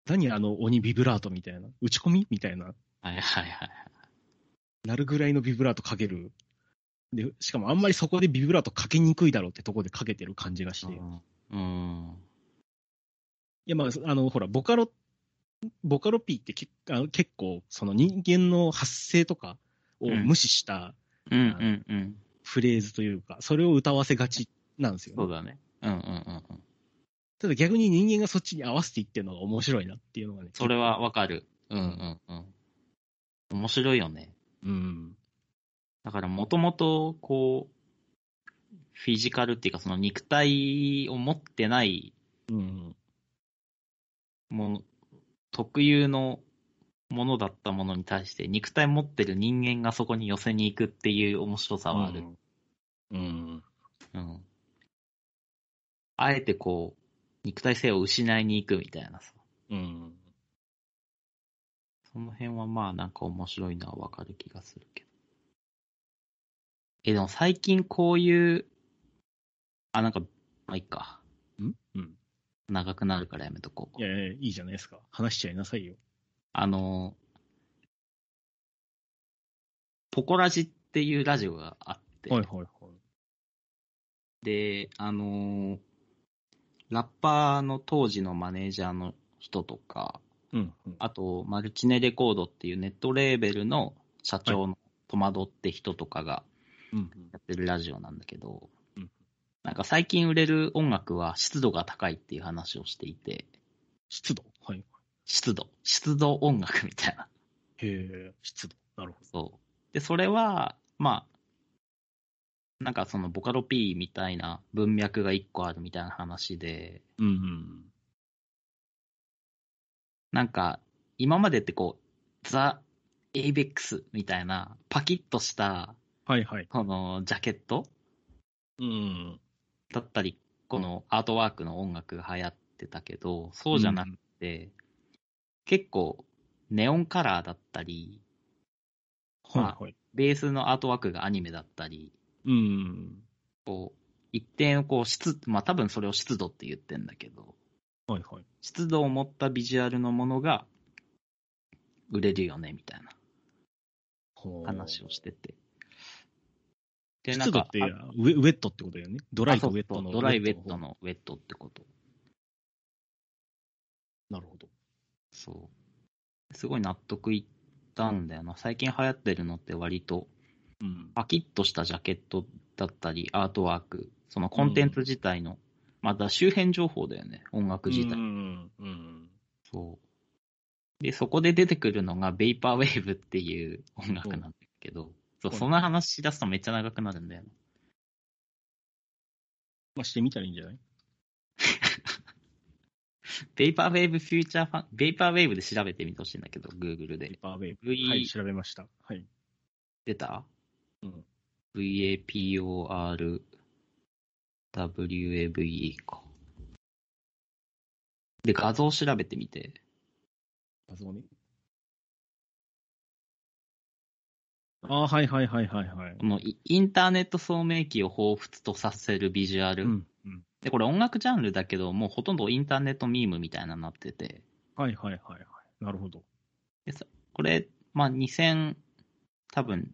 Speaker 2: 何あの鬼ビブラートみたいな。打ち込みみたいな。
Speaker 3: はいはいはい。
Speaker 2: なるぐらいのビブラートかける。で、しかもあんまりそこでビブラートかけにくいだろうってとこでかけてる感じがして。い
Speaker 3: うん。
Speaker 2: や、まあ、あの、ほら、ボカロ、ボカロ P ってけあの結構、その人間の発声とかを無視した
Speaker 3: うんうんうん。
Speaker 2: フレーズというか、それを歌わせがちなんですよ
Speaker 3: そ
Speaker 2: ね。
Speaker 3: うだね。うんうんうんうん。
Speaker 2: ただ逆に人間がそっちに合わせていってるのが面白いなっていうのがね。
Speaker 3: それはわかる。うんうんうん。面白いよね。
Speaker 2: うん。
Speaker 3: だからもともと、こう、フィジカルっていうか、その肉体を持ってない、
Speaker 2: うん。
Speaker 3: もの、特有のものだったものに対して、肉体持ってる人間がそこに寄せに行くっていう面白さはある。
Speaker 2: うん。うん。
Speaker 3: うん。あえてこう、肉体性を失いに行くみたいなさ。
Speaker 2: うん。
Speaker 3: その辺はまあなんか面白いのはわかる気がするけど。え、でも最近こういう、あ、なんか、まあいいか。
Speaker 2: うん。
Speaker 3: 長くなるからやめとこ。
Speaker 2: いうやいや、いいじゃないですか。話しちゃいなさいよ。
Speaker 3: あの、ポコラジっていうラジオがあって、
Speaker 2: はいはいはい。
Speaker 3: で、あの、ラッパーの当時のマネージャーの人とか、
Speaker 2: うん。うん
Speaker 3: あと、マルチネレコードっていうネットレーベルの社長の戸惑って人とかが
Speaker 2: うん。
Speaker 3: やってるラジオなんだけど
Speaker 2: うん、
Speaker 3: なんか最近売れる音楽は湿度が高いっていう話をしていて、
Speaker 2: 湿度はい。
Speaker 3: 湿度、湿度音楽みたいな。
Speaker 2: へえ、湿度。なるほ
Speaker 3: そう。で、それは、まあ、なんかそのボカロ P みたいな文脈が一個あるみたいな話で、
Speaker 2: ど。うんうん。
Speaker 3: なんか今までってこう、ザ・エイベックスみたいなパキッとした
Speaker 2: はいはい。
Speaker 3: このジャケット
Speaker 2: うん。
Speaker 3: だったり、このアートワークの音楽が流行ってってたけど、そうじゃなくて、結構、ネオンカラーだったり、
Speaker 2: はいはい。
Speaker 3: ベースのアートワークがアニメだったり、
Speaker 2: うん。
Speaker 3: こう、一定のこう、湿、まあ多分それを湿度って言ってんだけど、
Speaker 2: はいはい。
Speaker 3: 湿度を持ったビジュアルのものが売れるよね、みたいな
Speaker 2: ほう
Speaker 3: 話をしてて。で
Speaker 2: 湿度って
Speaker 3: あ
Speaker 2: ウェウェットってことだよね。ドライとウェット
Speaker 3: あそう
Speaker 2: の。
Speaker 3: そうドライウェット。のウェットってこと。
Speaker 2: なるほど。
Speaker 3: そう。すごい納得いったんだよな。最近流行ってるのって割と、
Speaker 2: うん。
Speaker 3: パキッとしたジャケットだったり、アートワーク、そのコンテンツ自体の、また周辺情報だよね、音楽自体。
Speaker 2: うんうん。
Speaker 3: そう。で、そこで出てくるのが、ベイパーウェーブっていう音楽なんだけど、そう、
Speaker 2: そう
Speaker 3: その話し出すとめっちゃ長くなるんだよね。
Speaker 2: まあ、してみたらいいんじゃない
Speaker 3: ベイパーウェーブフューチャーファン、ベイパーウェーブで調べてみてほしいんだけど、Google
Speaker 2: ペ
Speaker 3: で
Speaker 2: ー。パーウェーブ。
Speaker 3: V-
Speaker 2: はい、調べました。はい。
Speaker 3: 出た
Speaker 2: うん
Speaker 3: ?VAPORWAVE か。で、画像調べてみて。
Speaker 2: 画像ね。ああ、はいはいはいはいはい。
Speaker 3: このイインターネット聡明機を彷彿とさせるビジュアル。
Speaker 2: うん。うん。
Speaker 3: で、これ音楽ジャンルだけど、もうほとんどインターネットミームみたいなのになってて。
Speaker 2: はいはいはいはい。なるほど。
Speaker 3: これ、まあ、2000、多分、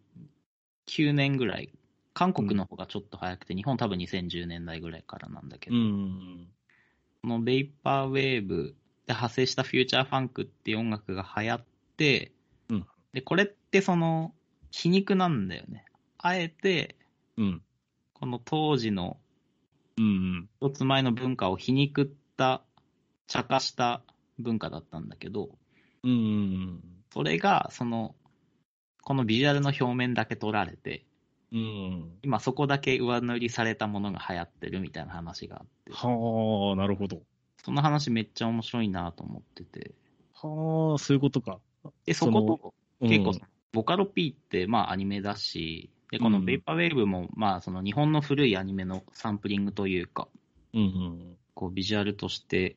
Speaker 3: 9年ぐらい。韓国の方がちょっと早くて、日本多分2010年代ぐらいからなんだけ
Speaker 2: う
Speaker 3: ど、
Speaker 2: ん。
Speaker 3: このベイパーウェーブで派生したフューチャーファンクっていう音楽が流行って、
Speaker 2: うん
Speaker 3: で、これってその、皮肉なんだよね。あえて、
Speaker 2: うん。
Speaker 3: この当時の
Speaker 2: うん。
Speaker 3: 一つ前の文化を皮肉った、茶化した文化だったんだけど、
Speaker 2: うん。
Speaker 3: それが、その、このビジュアルの表面だけ取られて、
Speaker 2: うん。
Speaker 3: 今そこだけ上塗りされたものが流行ってるみたいな話があって、
Speaker 2: はあ、なるほど。
Speaker 3: その話めっちゃ面白いなと思ってて、
Speaker 2: はあ、そういうことか。
Speaker 3: で、そ
Speaker 2: その
Speaker 3: こと結構
Speaker 2: うん、
Speaker 3: ボカロ P ってまあアニメだし、で、この
Speaker 2: うん
Speaker 3: ベイパーウェーブもまあその日本の古いアニメのサンプリングというか、
Speaker 2: うん
Speaker 3: こうビジュアルとして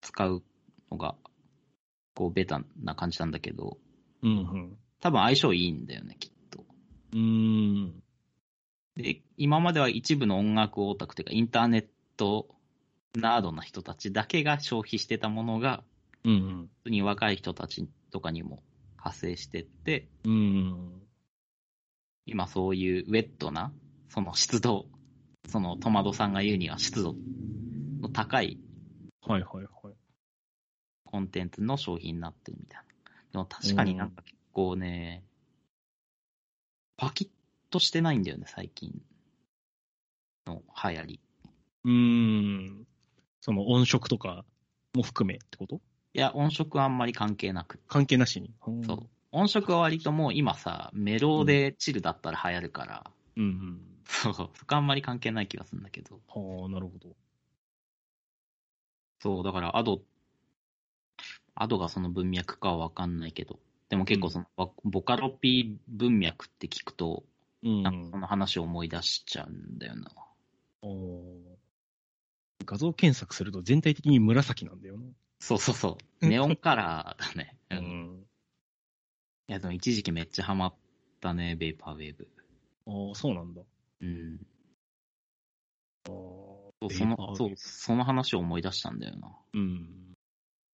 Speaker 3: 使うのが、こうベタな感じなんだけど、
Speaker 2: うん。うん
Speaker 3: 多分相性いいんだよね、きっと。
Speaker 2: うん。うん。
Speaker 3: で、今までは一部の音楽オタクというか、インターネットナードな人たちだけが消費してたものが、
Speaker 2: うん。
Speaker 3: 普通に若い人たちとかにも派生してって、
Speaker 2: うん。
Speaker 3: 今そういうウェットな、その湿度、そのトマドさんが言うには湿度の高い
Speaker 2: はいはいはい。
Speaker 3: コンテンツの商品になってるみたいな。でも確かになんか結構ね、パキッとしてないんだよね、最近の流行り。
Speaker 2: うん。その音色とかも含めってこと
Speaker 3: いや、音色はあんまり関係なくて
Speaker 2: 関係なしに。ん
Speaker 3: そう。。音色は割ともう今さ、メロでチルだったら流行るから、
Speaker 2: うん
Speaker 3: そう、そこあんまり関係ない気がするんだけど。
Speaker 2: うん。はあ、なるほど。
Speaker 3: そう、だからアド、アドがその文脈かはわかんないけど、でも結構その、ボボカロ P 文脈って聞くと、
Speaker 2: う
Speaker 3: なんか
Speaker 2: ん
Speaker 3: そ。の話を思い出しちゃうんだよな。
Speaker 2: おー画像検索すると全体的に紫なんだよ
Speaker 3: そうそうそう。ネオンカラーだね。う
Speaker 2: な。
Speaker 3: ん。いや、でも一時期めっちゃハマったね、ベイパーウェーブ。
Speaker 2: ああ、そうなんだ。
Speaker 3: うん。
Speaker 2: あー
Speaker 3: そう
Speaker 2: ベイ
Speaker 3: そ
Speaker 2: パーウェー
Speaker 3: の、
Speaker 2: ブ
Speaker 3: そう、その話を思い出したんだよな。
Speaker 2: うん。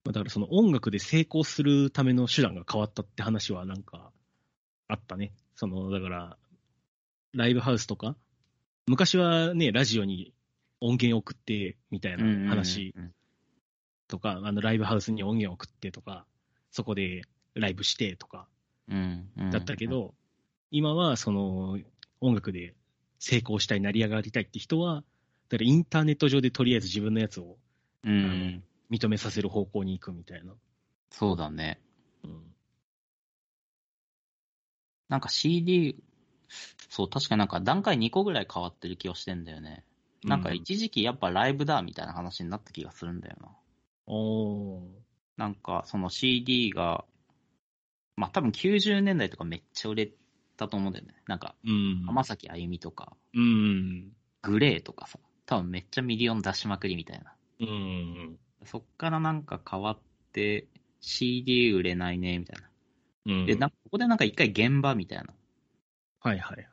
Speaker 2: まあだからその音楽で成功するための手段が変わったって話はなんかあったね。その、だから、ライブハウスとか、昔はね、ラジオに音源送ってみたいな話
Speaker 3: うんうんうん
Speaker 2: とか、あのライブハウスに音源送ってとか、そこでライブしてとか
Speaker 3: うん。うん
Speaker 2: だったけ、ど、今はその音楽で成功したい、成り上がりたいって人は、だからインターネット上でとりあえず自分のやつを
Speaker 3: うんうん。
Speaker 2: 認めさせる方向に行くみたいな。
Speaker 3: そうだね。
Speaker 2: うん
Speaker 3: なんか CD、そう、確かなんか段階2個ぐらい変わってる気がしてんだよね。なんか
Speaker 2: う
Speaker 3: 一時期やっぱライブだみたいな話になった気がするんだよ
Speaker 2: おー
Speaker 3: な。なんかその CD が、まあ多分90年代とかめっちゃ売れたと思うんだよね。なんか
Speaker 2: うん。
Speaker 3: 浜崎あゆみとか、
Speaker 2: うん。
Speaker 3: グレーとかさ、多分めっちゃミリオン出しまくりみたいな。
Speaker 2: うん。
Speaker 3: そっからなんか変わって、CD 売れないね、みたいな。
Speaker 2: うん。
Speaker 3: で、なんかここでなんか一回現場みたいな。
Speaker 2: はいはいはい。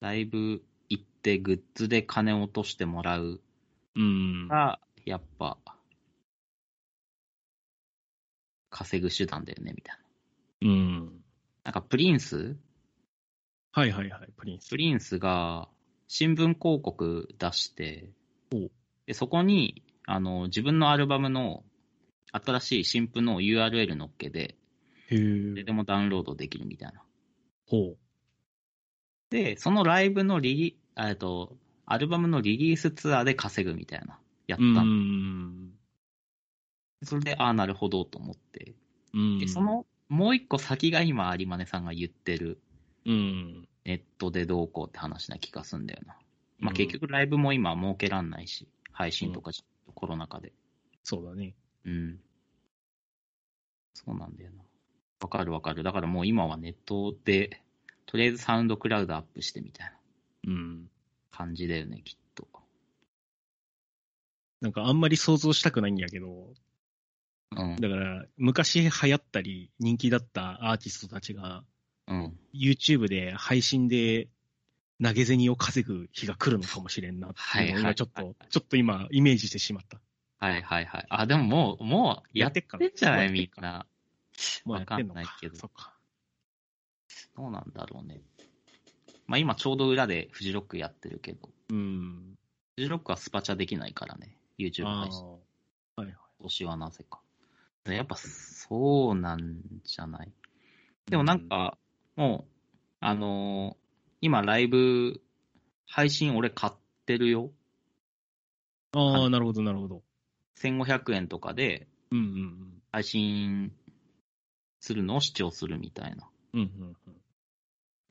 Speaker 3: ライブ行ってグッズで金落としてもらう
Speaker 2: うん。
Speaker 3: が、やっぱ、稼ぐ手段だよね、みたい
Speaker 2: う
Speaker 3: な。
Speaker 2: ん。
Speaker 3: なんかプリンス
Speaker 2: はいはいはい、プリンス。
Speaker 3: プリンスが新聞広告出して、でそこにあの自分のアルバムの新しい新譜の URL 乗っけで、
Speaker 2: へ
Speaker 3: 誰
Speaker 2: え。
Speaker 3: でもダウンロードできるみたいな。
Speaker 2: ほう。
Speaker 3: で、そのライブのリリ、えっと、アルバムのリリースツアーで稼ぐみたいな、やっ
Speaker 2: う
Speaker 3: たの
Speaker 2: ん。
Speaker 3: それで、ああ、なるほどと思って。
Speaker 2: うん
Speaker 3: で、そ、の、もう一個先が今、有馬根さんが言ってる、
Speaker 2: うん。
Speaker 3: ネットでどうこうって話な気がすんだよな。まあ、結局ライブも今儲けらんないし、配信とかじゃコロナ禍で。
Speaker 2: そうだね。
Speaker 3: うん。そうなんだよな。わかるわかる。だからもう今はネットで、とりあえずサウンドクラウドアップしてみたいな
Speaker 2: うん。
Speaker 3: 感じだよね、きっと。
Speaker 2: なんかあんまり想像したくないんやけど、
Speaker 3: うん。
Speaker 2: だから昔流行ったり人気だったアーティストたちが
Speaker 3: うん。
Speaker 2: YouTube で配信で投げ銭を稼ぐ日が来るのかもしれんなっていうのを
Speaker 3: はいはいはい
Speaker 2: 今ちょっと、ちょっと今イメージしてしまった。
Speaker 3: はいはいはい。あ、でももう、もうやってんじゃないみんな。
Speaker 2: もうやってんのか
Speaker 3: わかんないけど
Speaker 2: そっか。
Speaker 3: どうなんだろうね。まあ今ちょうど裏でフジロックやってるけど、
Speaker 2: うん。
Speaker 3: フジロックはスパチャできないからね。YouTube
Speaker 2: あ
Speaker 3: 配信。
Speaker 2: ー
Speaker 3: 今年はなぜか。やっぱそうなんじゃないでもなん、か、もう、あのー今ライブ、配信俺買ってるよ。
Speaker 2: うんああ、なるほど、なるほど。
Speaker 3: 1500円とかで
Speaker 2: うんうん
Speaker 3: 配信するのを視聴するみたいな。だか
Speaker 2: うん。うんうんうん。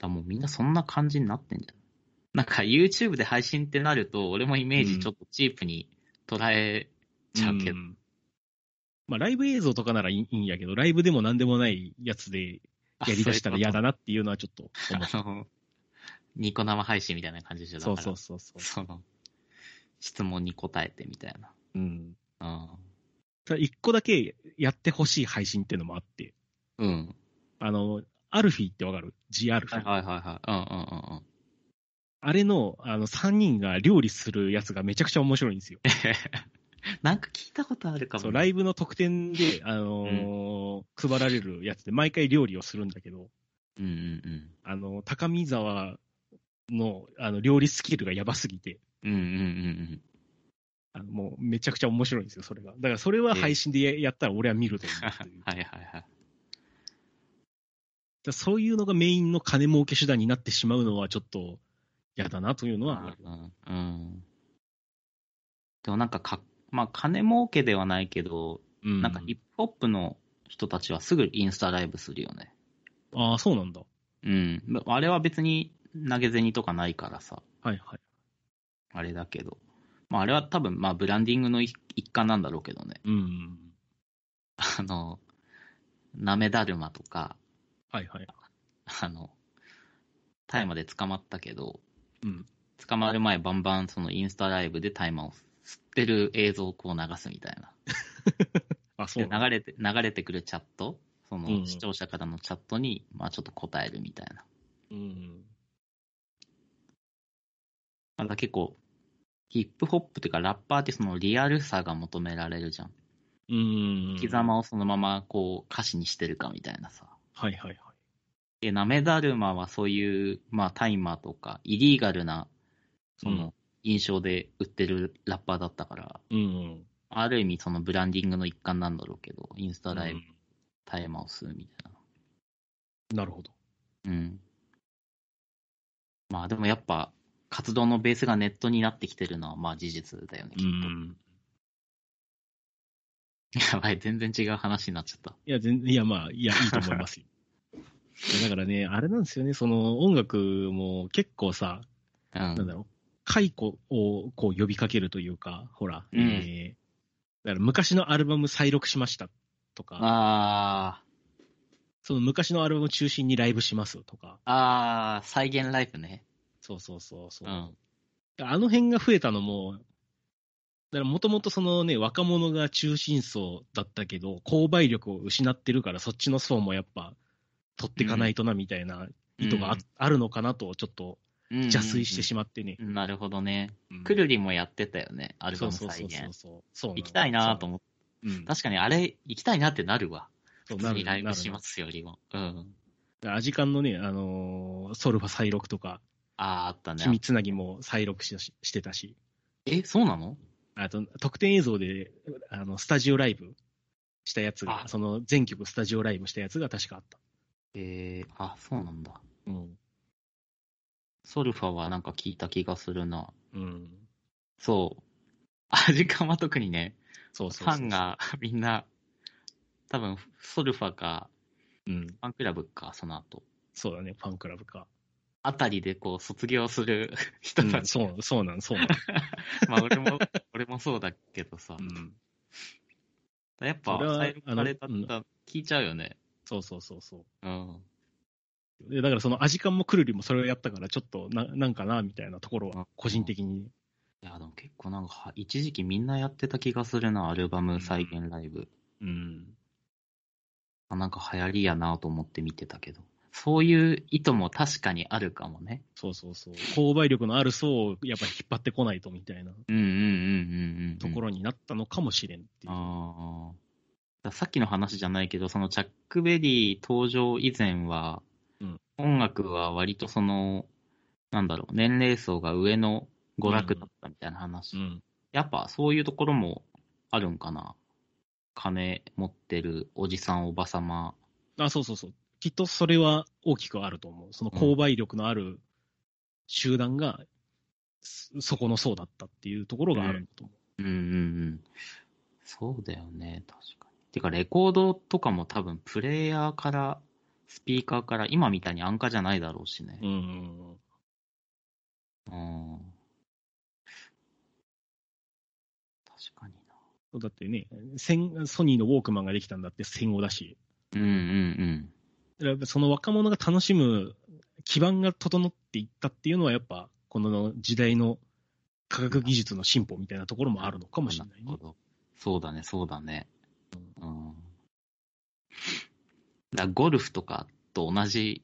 Speaker 3: らもうみんなそんな感じになってんじゃん。なんか YouTube で配信ってなると、俺もイメージちょっとチープに捉えちゃうけど。
Speaker 2: んまあ、ライブ映像とかならいいいいんやけど、ライブでもなんでもないやつで
Speaker 3: あ
Speaker 2: やりだしたら嫌だなっていうのはちょっと
Speaker 3: そう
Speaker 2: 思
Speaker 3: いうう。ことあの、ニコ生配信みたいな感じでしょ。だか
Speaker 2: そ
Speaker 3: ら
Speaker 2: うそうそうそう。
Speaker 3: その、質問に答えてみたいな。
Speaker 2: うん。
Speaker 3: あ
Speaker 2: ただ一個だけやってほしい配信っていうのもあって、
Speaker 3: あうん。
Speaker 2: あの、アルフィーってわかる ?G アルフィー。
Speaker 3: はいはいはい。うんうんうんうん。
Speaker 2: あれの、あの、3人が料理するやつがめちゃくちゃ面白いんですよ。
Speaker 3: なんか聞いたことあるかも。
Speaker 2: そう、ライブの特典
Speaker 3: [LAUGHS]
Speaker 2: で、あのー配られるやつで、毎回料理をするんだけど、
Speaker 3: うんうん
Speaker 2: あの、高見沢の、あの、料理スキルがやばすぎて、
Speaker 3: うん。うんうん
Speaker 2: あのもうめちゃくちゃ面白いんですよ、それが。だからそれは配信でや,、やったら俺は見ると思うって
Speaker 3: う
Speaker 2: い
Speaker 3: [LAUGHS] ん
Speaker 2: [LAUGHS] う。だか
Speaker 3: はいはいはい。
Speaker 2: らそういうのがメインの金儲け手段になってしまうのはちょっと嫌だなというのは、
Speaker 3: うんうん。でもなんかか、まあ金儲けではないけど、
Speaker 2: うん、
Speaker 3: なんかヒップホップの人たちはすぐインスタライブするよね。
Speaker 2: ああ、そうなんだ。
Speaker 3: うん。あれは別に投げ銭とかないからさ、
Speaker 2: はいはい。
Speaker 3: あれだけど。まああれは多分、まあブランディングの一一環なんだろうけどね。
Speaker 2: うん。
Speaker 3: あの、なめだるまとか、
Speaker 2: はいはい。
Speaker 3: あの、大麻で捕まったけど、
Speaker 2: うん
Speaker 3: 捕まる前バンバンそのインスタライブで大麻を吸ってる映像をこう流すみたいな。
Speaker 2: あ、そう
Speaker 3: で
Speaker 2: なんだ。
Speaker 3: 流れて、流れてくるチャット、そ
Speaker 2: うんう
Speaker 3: の
Speaker 2: ん
Speaker 3: 視聴者からのチャットに、まあちょっと答えるみたいな。
Speaker 2: うん。
Speaker 3: まあだから結構、ヒップホップっていうかラッパーってそのリアルさが求められるじゃん。
Speaker 2: うん。
Speaker 3: 生き様をそのままこう歌詞にしてるかみたいなさ。
Speaker 2: はいはいはい。
Speaker 3: で、なめだるまはそういう、まあ、大麻とか、イリーガルな、そ
Speaker 2: うん
Speaker 3: の、印象で売ってるラッパーだったから、
Speaker 2: うん。
Speaker 3: ある意味そのブランディングの一環なんだろうけど、インスタライブ、大麻を吸うみたい
Speaker 2: うんなるほど。
Speaker 3: な。うん。まあ、でもやっぱ、活動のベースがネットになってきてるのは、まあ事実だよね、きっ
Speaker 2: うん。
Speaker 3: と。 [LAUGHS] やばい、全然違う話になっちゃった。
Speaker 2: いや、全いや、まあ、いや、いいと思い
Speaker 3: [LAUGHS]
Speaker 2: ますよ。いやだからね、あれなんですよね、その音楽も結構さ、
Speaker 3: うん。
Speaker 2: なんだろう、解雇をこう呼びかけるというか、ほら、
Speaker 3: うん
Speaker 2: えーだから昔のアルバム再録しましたとか、
Speaker 3: あ
Speaker 2: その昔のアルバムを中心にライブしますとか、
Speaker 3: ー、あー、再現ライブね。
Speaker 2: そうそうそうそうう、
Speaker 3: ん。
Speaker 2: あの辺が増えたのも、だからもともとそのね、若者が中心層だったけど、購買力を失ってるから、そっちの層もやっぱ取っていかないとなみたいな意図があ,、あるのかなと、ちょっと邪推してしまってね。
Speaker 3: なるほどね。
Speaker 2: うん
Speaker 3: くるりもやってたよね、アルバ
Speaker 2: そう
Speaker 3: ム
Speaker 2: そ
Speaker 3: 再
Speaker 2: う
Speaker 3: 現。
Speaker 2: そうそうそう。そう
Speaker 3: 行きたいなと思って。
Speaker 2: う。うん、
Speaker 3: 確かにあれ、行きたいなってなるわ。
Speaker 2: そう
Speaker 3: 普通にライブし
Speaker 2: な
Speaker 3: ま
Speaker 2: る
Speaker 3: すよりも。うん。
Speaker 2: なるアジカンのね、あのーソルファ再録とか、
Speaker 3: ああ、あったね。
Speaker 2: 君つなぎも再録しししてたし、
Speaker 3: え、そうなの
Speaker 2: あと、特典映像で、あの、スタジオライブしたやつが、
Speaker 3: あ
Speaker 2: その全曲スタジオライブしたやつが確かあった。
Speaker 3: えー、あ、そうなんだ。
Speaker 2: うん。
Speaker 3: ソルファはなんか聞いた気がするな。
Speaker 2: うん。
Speaker 3: そう。アジカンは特にね、
Speaker 2: そう
Speaker 3: フ
Speaker 2: そうそうそう
Speaker 3: ァン、がみんな、多分ソルファか、
Speaker 2: うん。
Speaker 3: ファンクラブか、その後。
Speaker 2: そうだね、ファンクラブ
Speaker 3: [LAUGHS]
Speaker 2: か。
Speaker 3: あたりでこう、卒業する人
Speaker 2: う
Speaker 3: た
Speaker 2: ん
Speaker 3: ち。
Speaker 2: そう、そうなん、そうなん。
Speaker 3: まあ、俺も、俺もそうだけどさ。
Speaker 2: うん
Speaker 3: やっぱ、
Speaker 2: それは
Speaker 3: 再録された
Speaker 2: あのうん
Speaker 3: 聞いちゃうよね。
Speaker 2: そうそうそうそ
Speaker 3: うん。
Speaker 2: う。でだからそのアジカンもクルリもそれをやったから、ちょっとな、なんかな、みたいなところは、個人的に。
Speaker 3: いや、でも結構なんかは、一時期みんなやってた気がするな、アルバム再現ライブ。
Speaker 2: うん。
Speaker 3: あなんか流行りやなと思って見てたけど。そういう意図も確かにあるかもね。
Speaker 2: そうそうそう。購買力のある層をやっぱり引っ張ってこないと、みたいな
Speaker 3: うんうんうんうんうん。
Speaker 2: ところになったのかもしれんっていう。
Speaker 3: ああ。ださっきの話じゃないけど、そのチャックベリー登場以前は、
Speaker 2: うん
Speaker 3: 音楽は割とその、なんだろう、年齢層が上の娯楽だったみたいな話。
Speaker 2: うん。
Speaker 3: やっぱそういうところもあるんかな。金持ってるおじさん、おばさま。
Speaker 2: あ、そうそうそう。きっとそれは大きくあると思う。その購買力のある集団が、そそこの層だったっていうところがあると思
Speaker 3: うんうんうん。そうだよね、確かに。てか、レコードとかも多分、プレイヤーから、スピーカーから、今みたいに安価じゃないだろうしね。
Speaker 2: う。うんうんうん。
Speaker 3: うん確かにな。
Speaker 2: そうだってね、戦ソニーのウォークマンができたんだって戦後だし、
Speaker 3: うんうん
Speaker 2: だからやっぱその若者が楽しむ基盤が整っていったっていうのは、やっぱこの時代の科学技術の進歩みたいなところ
Speaker 3: うん。
Speaker 2: もあるのかもしれない
Speaker 3: な
Speaker 2: ね
Speaker 3: る。ほどそうだね、そうだね。うん。だからゴルフとかと同じ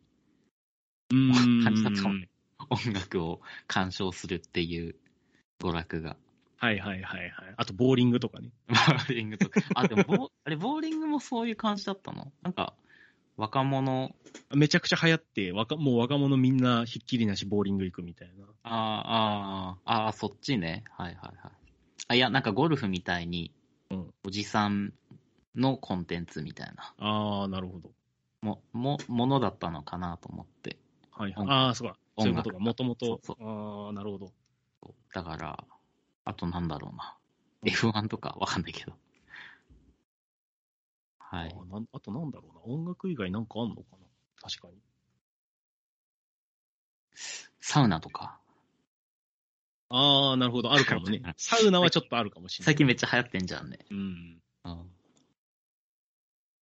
Speaker 2: うん
Speaker 3: 感じだったもんね。音楽を鑑賞するっていう娯楽が。 [LAUGHS]
Speaker 2: はいはいはいはい。あと、ボーリングとかね。
Speaker 3: ボーリングとか。あ、でもボー、あれ、ボーリングもそういう感じだったのなんか、若者、
Speaker 2: めちゃくちゃ流行って、若もう若者みんなひっきりなしボーリング行くみたいな。
Speaker 3: あーあー、ああー、そっちね。はいはいはい。あ、いや、なんかゴルフみたいに、おじさんのコンテンツみたいな、
Speaker 2: ああ、なるほど。
Speaker 3: も、も、ものだったのかなと思って。
Speaker 2: はいは
Speaker 3: 音
Speaker 2: い。
Speaker 3: 楽
Speaker 2: ああ、そうか。そういうことが、
Speaker 3: 音
Speaker 2: も
Speaker 3: 楽
Speaker 2: ともと
Speaker 3: そう。
Speaker 2: ああ、なるほど。
Speaker 3: だから、あとなんだろうな。F1 とかわかんないけど。は
Speaker 2: あ
Speaker 3: い。
Speaker 2: ーなんあとなんだろうな。音楽以外なんかあんのかな確かに。
Speaker 3: サウナとか。。
Speaker 2: ああ、なるほど。あるかもね
Speaker 3: [LAUGHS]
Speaker 2: サウナはちょっとあるかもしれな
Speaker 3: 最
Speaker 2: い。
Speaker 3: 近めっちゃ流行ってんじゃんね。
Speaker 2: うん。
Speaker 3: うん。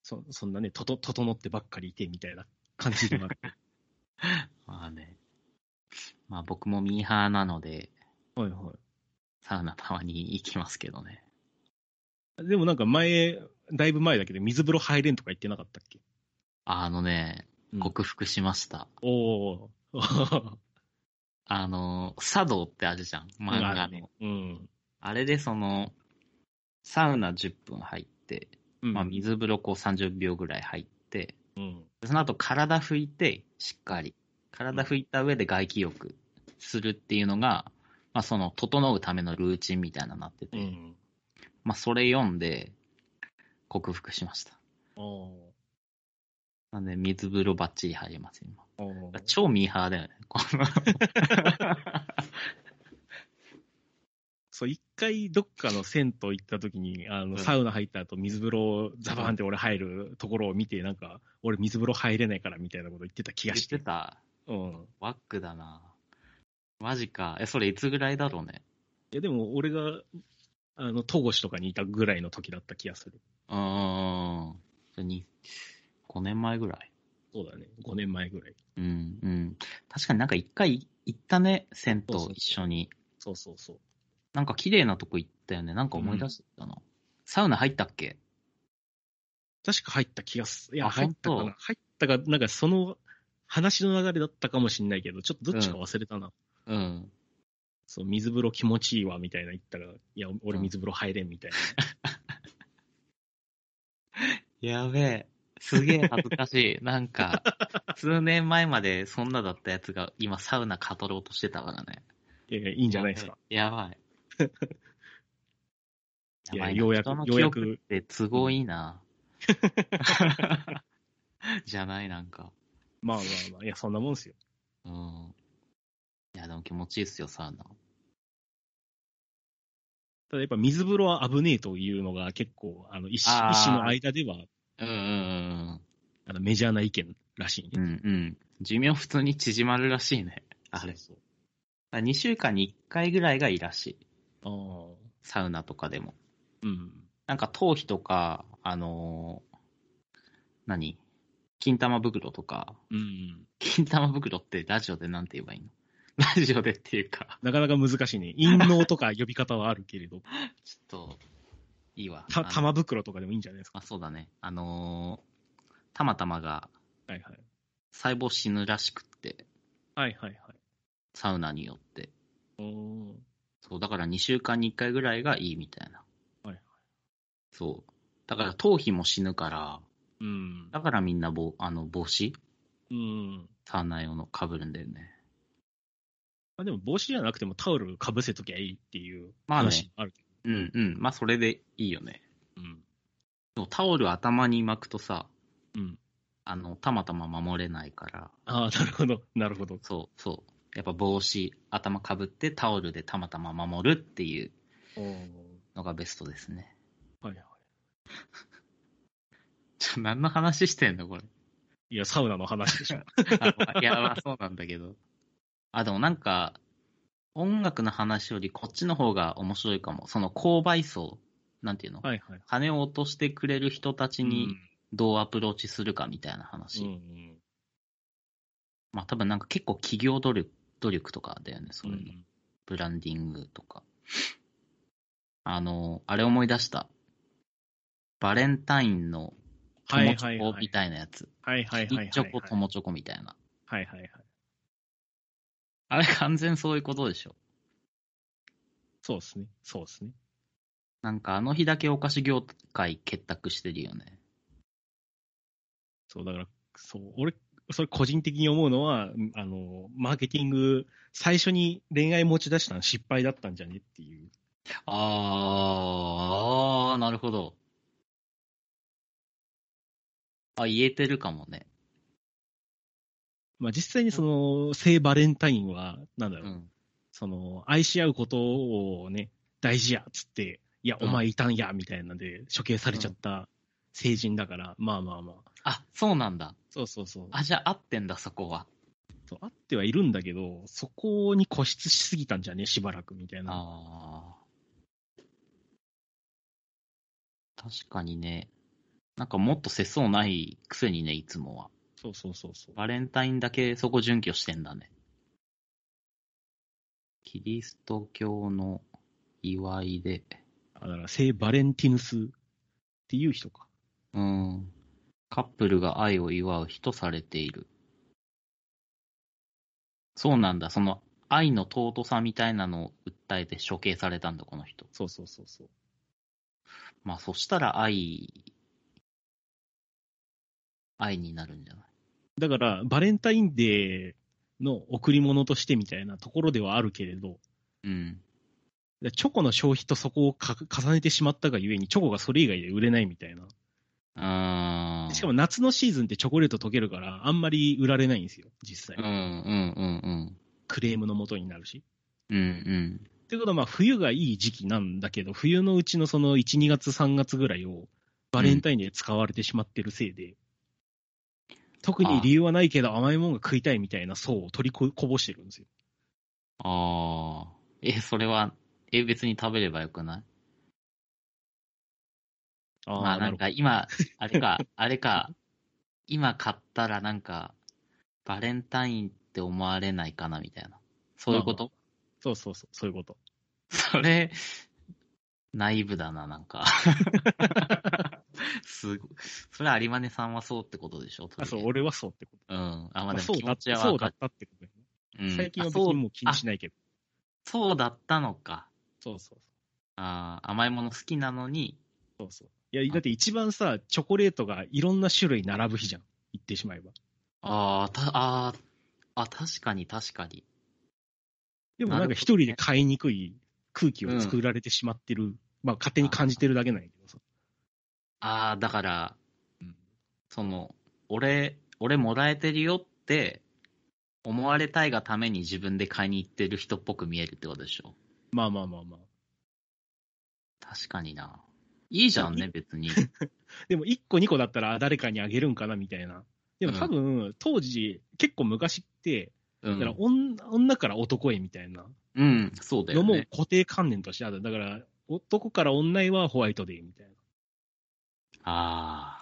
Speaker 2: そそんなね、とと、整ってばっかりいてみたいな感じではあ
Speaker 3: [LAUGHS]
Speaker 2: る。
Speaker 3: まあね。まあ僕もミーハーなので、
Speaker 2: はいは
Speaker 3: サウナたまに行きますけどね。
Speaker 2: い。でもなんか前、だいぶ前だけど、水風呂入れんとか言ってなかったっけ
Speaker 3: あのね、
Speaker 2: うん
Speaker 3: 克服しました。
Speaker 2: おー。 [LAUGHS]
Speaker 3: あの、茶道ってあるじゃん、漫画の。。
Speaker 2: うん。
Speaker 3: あれでその、サウナ10分入って、
Speaker 2: うん
Speaker 3: まあ、水風呂こう30秒ぐらい入って、
Speaker 2: うん。
Speaker 3: その後体拭いて、しっかり。体拭いた上で外気浴するっていうのが、まあその、整うためのルーチンみたいなのになってて、
Speaker 2: うん。
Speaker 3: まあそれ読んで、克服しました。
Speaker 2: おー。
Speaker 3: なんで、水風呂バッチリ入ります、今。
Speaker 2: おー
Speaker 3: 超ミーハーだよね。この
Speaker 2: そう、一回どっかの銭湯行った時に、あ
Speaker 3: うん
Speaker 2: の、サウナ入った後、水風呂ザバーンって俺入るところを見て、なんか、俺水風呂入れないからみたいなこと言ってた気
Speaker 3: 言
Speaker 2: が
Speaker 3: っ
Speaker 2: してて。
Speaker 3: た。
Speaker 2: うん。
Speaker 3: ワックだな。マジか。え、それいつぐらいだろうね。
Speaker 2: いや、でも俺が、あの、戸越とかにいたぐらいの時だった気がする。
Speaker 3: うーん。に5年前ぐらい。
Speaker 2: そうだね。5年前ぐらい。
Speaker 3: うん、うん。確かになんか一回行ったね、銭湯
Speaker 2: そうそう
Speaker 3: 一緒に。
Speaker 2: そうそうそう。
Speaker 3: なんか綺麗なとこ行ったよね。なんか思い出したな。サウナ入ったっけ
Speaker 2: 確か入った気がすいや、
Speaker 3: あ
Speaker 2: 入ったか
Speaker 3: 本
Speaker 2: な。入ったか、なんかその話の流れだったかもしんないけど、ちょっとどっちか忘れたな。
Speaker 3: うん。
Speaker 2: そう、水風呂気持ちいいわ、みたいな言ったら、いや、俺
Speaker 3: うん
Speaker 2: 水風呂入れん、みたいな。 [LAUGHS]
Speaker 3: やべえ。すげえ恥ずかし
Speaker 2: [LAUGHS]
Speaker 3: い。なんか、数年前までそんなだったやつが今サウナ語ろうとしてたからね。
Speaker 2: いやいや、いいんじゃないですか。
Speaker 3: やばい。
Speaker 2: い
Speaker 3: [LAUGHS] やば
Speaker 2: や、
Speaker 3: いな
Speaker 2: ようやく、
Speaker 3: 人
Speaker 2: よ
Speaker 3: の記
Speaker 2: うや
Speaker 3: 憶
Speaker 2: く、
Speaker 3: って都合い
Speaker 2: [LAUGHS]
Speaker 3: いな。じゃない、なんか。
Speaker 2: まあまあまあ、いや、そんなもんですよ。
Speaker 3: うん。いや、でも気持ちいいっすよ、サウナ。
Speaker 2: ただやっぱ水風呂は危ねえというのが結構、あの、医師
Speaker 3: あー
Speaker 2: 医師の間では、
Speaker 3: うんうん
Speaker 2: あのメジャーな意見らしいね。
Speaker 3: うん。うんうん。寿命普通に縮まるらしいね。あれ。
Speaker 2: そう
Speaker 3: 2週間に1回ぐらいがいいらしい。
Speaker 2: そう。あ
Speaker 3: サウナとかでも。
Speaker 2: あ。うん。
Speaker 3: なんか頭皮とか、あのー何金玉袋とか、 [LAUGHS]
Speaker 2: うん。
Speaker 3: 金玉袋ってラジオでなんて言えばいいの [LAUGHS] ラジオでっていうか、
Speaker 2: なかなか難しいね。陰謀とか呼び方はあるけれ
Speaker 3: [LAUGHS]
Speaker 2: ど、
Speaker 3: ちょっと、いいわ。
Speaker 2: た、
Speaker 3: あの
Speaker 2: 玉袋とかでもいいんじゃないですか。
Speaker 3: あ、そうだね。あのーたまたまが
Speaker 2: はいはい。
Speaker 3: 細胞死ぬらしくって、
Speaker 2: はいはいはい。
Speaker 3: サウナによって。
Speaker 2: お
Speaker 3: そう、だから2週間に1回ぐらいがいいみたいな。
Speaker 2: はいはい
Speaker 3: そう。だから頭皮も死ぬから、
Speaker 2: うん。
Speaker 3: だからみんなぼあの帽子、
Speaker 2: うん。
Speaker 3: サウナ用の被るんだよね。
Speaker 2: まあでも帽子じゃなくてもタオルかぶせときゃいいっていう
Speaker 3: まあね
Speaker 2: 話もあるけど。
Speaker 3: うんうん。まあ、それでいいよね。でもタオル頭に巻くとさ、
Speaker 2: うん。うん。
Speaker 3: あの、たまたま守れないから、
Speaker 2: ああ、なるほど。なるほど。
Speaker 3: そうそう。やっぱ帽子、頭かぶってタオルでたまたま守るっていう
Speaker 2: おー
Speaker 3: のがベストですね。
Speaker 2: はいはい。
Speaker 3: ちょ、 [LAUGHS] 何の話してんの [LAUGHS] これ。
Speaker 2: いや、サウナの話でしょ。
Speaker 3: あいや、まあそうなんだけど。あ、でもなんか、音楽の話よりこっちの方が面白いかも。その購買層、なんていうの、
Speaker 2: [LAUGHS] はいはい。
Speaker 3: 金を落としてくれる人たち
Speaker 2: う
Speaker 3: に
Speaker 2: ん
Speaker 3: どうアプローチするかみたいな
Speaker 2: う
Speaker 3: 話。
Speaker 2: んうん
Speaker 3: まあ多分なんか結構企業努力努力とかだよね、そうういうの。
Speaker 2: ん。
Speaker 3: ブランディングとか。あの、あれ思い出した。バレンタインの
Speaker 2: はい
Speaker 3: 友チ
Speaker 2: はい
Speaker 3: ョコ
Speaker 2: はい
Speaker 3: み。たいなやつ。
Speaker 2: はいはいはいはいはい。
Speaker 3: 一チョコ友チョコみたいな。
Speaker 2: はいはいはい。
Speaker 3: あれ完全そういうことでしょ。
Speaker 2: そうですね。そうですね。
Speaker 3: なんかあの日だけお菓子業界結託してるよね。
Speaker 2: そう、だから、そう、俺、それ個人的に思うのは、あの、マーケティング、最初に恋愛持ち出したの失敗だったんじゃねっていう。
Speaker 3: あー、あーなるほど。あ、言えてるかもね。
Speaker 2: まあ実際にその、聖バレンタインは、なんだ
Speaker 3: う
Speaker 2: ろう、
Speaker 3: ん。
Speaker 2: その、愛し合うことをね、大事や、つって、いや、
Speaker 3: うん
Speaker 2: お前いたんや、みたいなんで、処刑されちゃった成人だから、まあまあまあ。
Speaker 3: あ、そうなんだ。
Speaker 2: そうそうそう。
Speaker 3: あ、じゃあ合ってんだ、そこは。
Speaker 2: そうあってはいるんだけど、そこに固執しすぎたんじゃねしばらく、みたいな。
Speaker 3: ああ。確かにね。なんかもっと節操ないくせにね、いつもは。
Speaker 2: そうそうそうそう。
Speaker 3: バレンタインだけそこ準拠してんだね。キリスト教の祝いで。
Speaker 2: あだから、聖バレンティヌスっていう人か。
Speaker 3: うん。カップルが愛を祝う日とされている。そうなんだ。その愛の尊さみたいなのを訴えて処刑されたんだ、この人。
Speaker 2: そうそうそうそう。
Speaker 3: まあそしたら愛、愛になるんじゃない
Speaker 2: だから、バレンタインデーの贈り物としてみたいなところではあるけれど、
Speaker 3: うん。
Speaker 2: チョコの消費とそこをか重ねてしまったがゆえに、チョコがそれ以外で売れないみたいな。
Speaker 3: あー
Speaker 2: しかも夏のシーズンってチョコレート溶けるから、あんまり売られないんですよ、実
Speaker 3: うん
Speaker 2: 際
Speaker 3: う。んうん
Speaker 2: クレームの元になるし。
Speaker 3: うん。うん
Speaker 2: ってことは、まあ、冬がいい時期なんだけど、冬のうちのその1、2月、3月ぐらいを、バレンタインで使われてしまってるせいで、特に理由はないけど、甘いものが食いたいみたいな層を取りここぼしてるんですよ。
Speaker 3: うん。ああ。え、それは、え、別に食べればよくない
Speaker 2: あ
Speaker 3: ま
Speaker 2: ー
Speaker 3: あな
Speaker 2: なんるほ
Speaker 3: か今、あれか、 [LAUGHS] あれか、今買ったらなんか、バレンタインって思われないかなみたいな。そういうこと、
Speaker 2: どそうそうそう、そういうこと。
Speaker 3: [LAUGHS] それ、内部だな、な
Speaker 2: [LAUGHS]
Speaker 3: んか。すごい。それは有馬根さんはそうってことでしょ
Speaker 2: あ、そう、。俺はそうってこと。
Speaker 3: とりあえずうん。あ、まあ
Speaker 2: まあ
Speaker 3: で
Speaker 2: そ
Speaker 3: も
Speaker 2: うだ
Speaker 3: 気持
Speaker 2: っ
Speaker 3: ちは
Speaker 2: た、そ
Speaker 3: わ
Speaker 2: うだ
Speaker 3: か
Speaker 2: ったってことだよね。
Speaker 3: うん
Speaker 2: 最近は
Speaker 3: あ
Speaker 2: 別
Speaker 3: そう
Speaker 2: にもう気にしないけど。
Speaker 3: そうだったのか。
Speaker 2: そうそう
Speaker 3: あー甘いもの好きなのに、
Speaker 2: そうそうそう。いや、だって一番さ、チョコレートがいろんな種類並ぶ日じゃん。言ってしまえば。
Speaker 3: あーたあー、あ、確かに確かに。
Speaker 2: でもなんか一人で買いにくい空気を作られてしまってる。まあ勝手に感じてるだけなんやけどさ。
Speaker 3: ああ、だから、
Speaker 2: うん
Speaker 3: その、俺、俺もらえてるよって、思われたいがために自分で買いに行ってる人っぽく見えるってことでしょ。
Speaker 2: まあまあまあまあ。
Speaker 3: 確かにな。いいじゃんね、別
Speaker 2: [LAUGHS]
Speaker 3: に。
Speaker 2: でも1個2個だったらあ誰かにあげるんかなみたいな。でも多分、当時、結構昔って、
Speaker 3: う
Speaker 2: だから
Speaker 3: ん、
Speaker 2: 女女から男へみたいな
Speaker 3: うん、そうだ
Speaker 2: の
Speaker 3: よ
Speaker 2: も
Speaker 3: ね。
Speaker 2: 固定観念としてある。だから、男から女へはホワイトデーみたいな。
Speaker 3: あ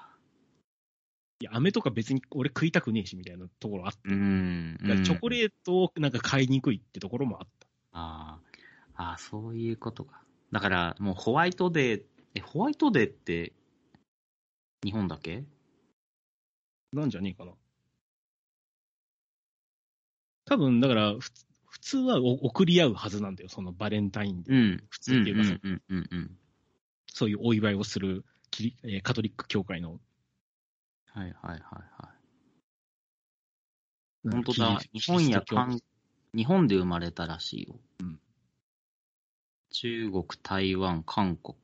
Speaker 2: いや、飴とか別に俺食いたくねえしみたいなところあっ
Speaker 3: あ、うん。
Speaker 2: た。だからチョコ
Speaker 3: ート。
Speaker 2: レートをなんか買いにくいってところもあった。
Speaker 3: あーあー、そういうことか。だから、もうホワイトデー、え、ホワイトデーって、日本だけ
Speaker 2: なんじゃねえかな。多分、だから、ふつ普通はお送り合うはずなんだよ。そのバレンタインで。
Speaker 3: うん。
Speaker 2: 普通っていうかさ、
Speaker 3: うんうんうんうん。
Speaker 2: そういうお祝いをするキリ、えーカトリック教会の。
Speaker 3: はいはいはいはい。
Speaker 2: なんか
Speaker 3: 本当
Speaker 2: キリ
Speaker 3: だ。日本や韓、日本で生まれたらしいよ。中国、台湾、韓国。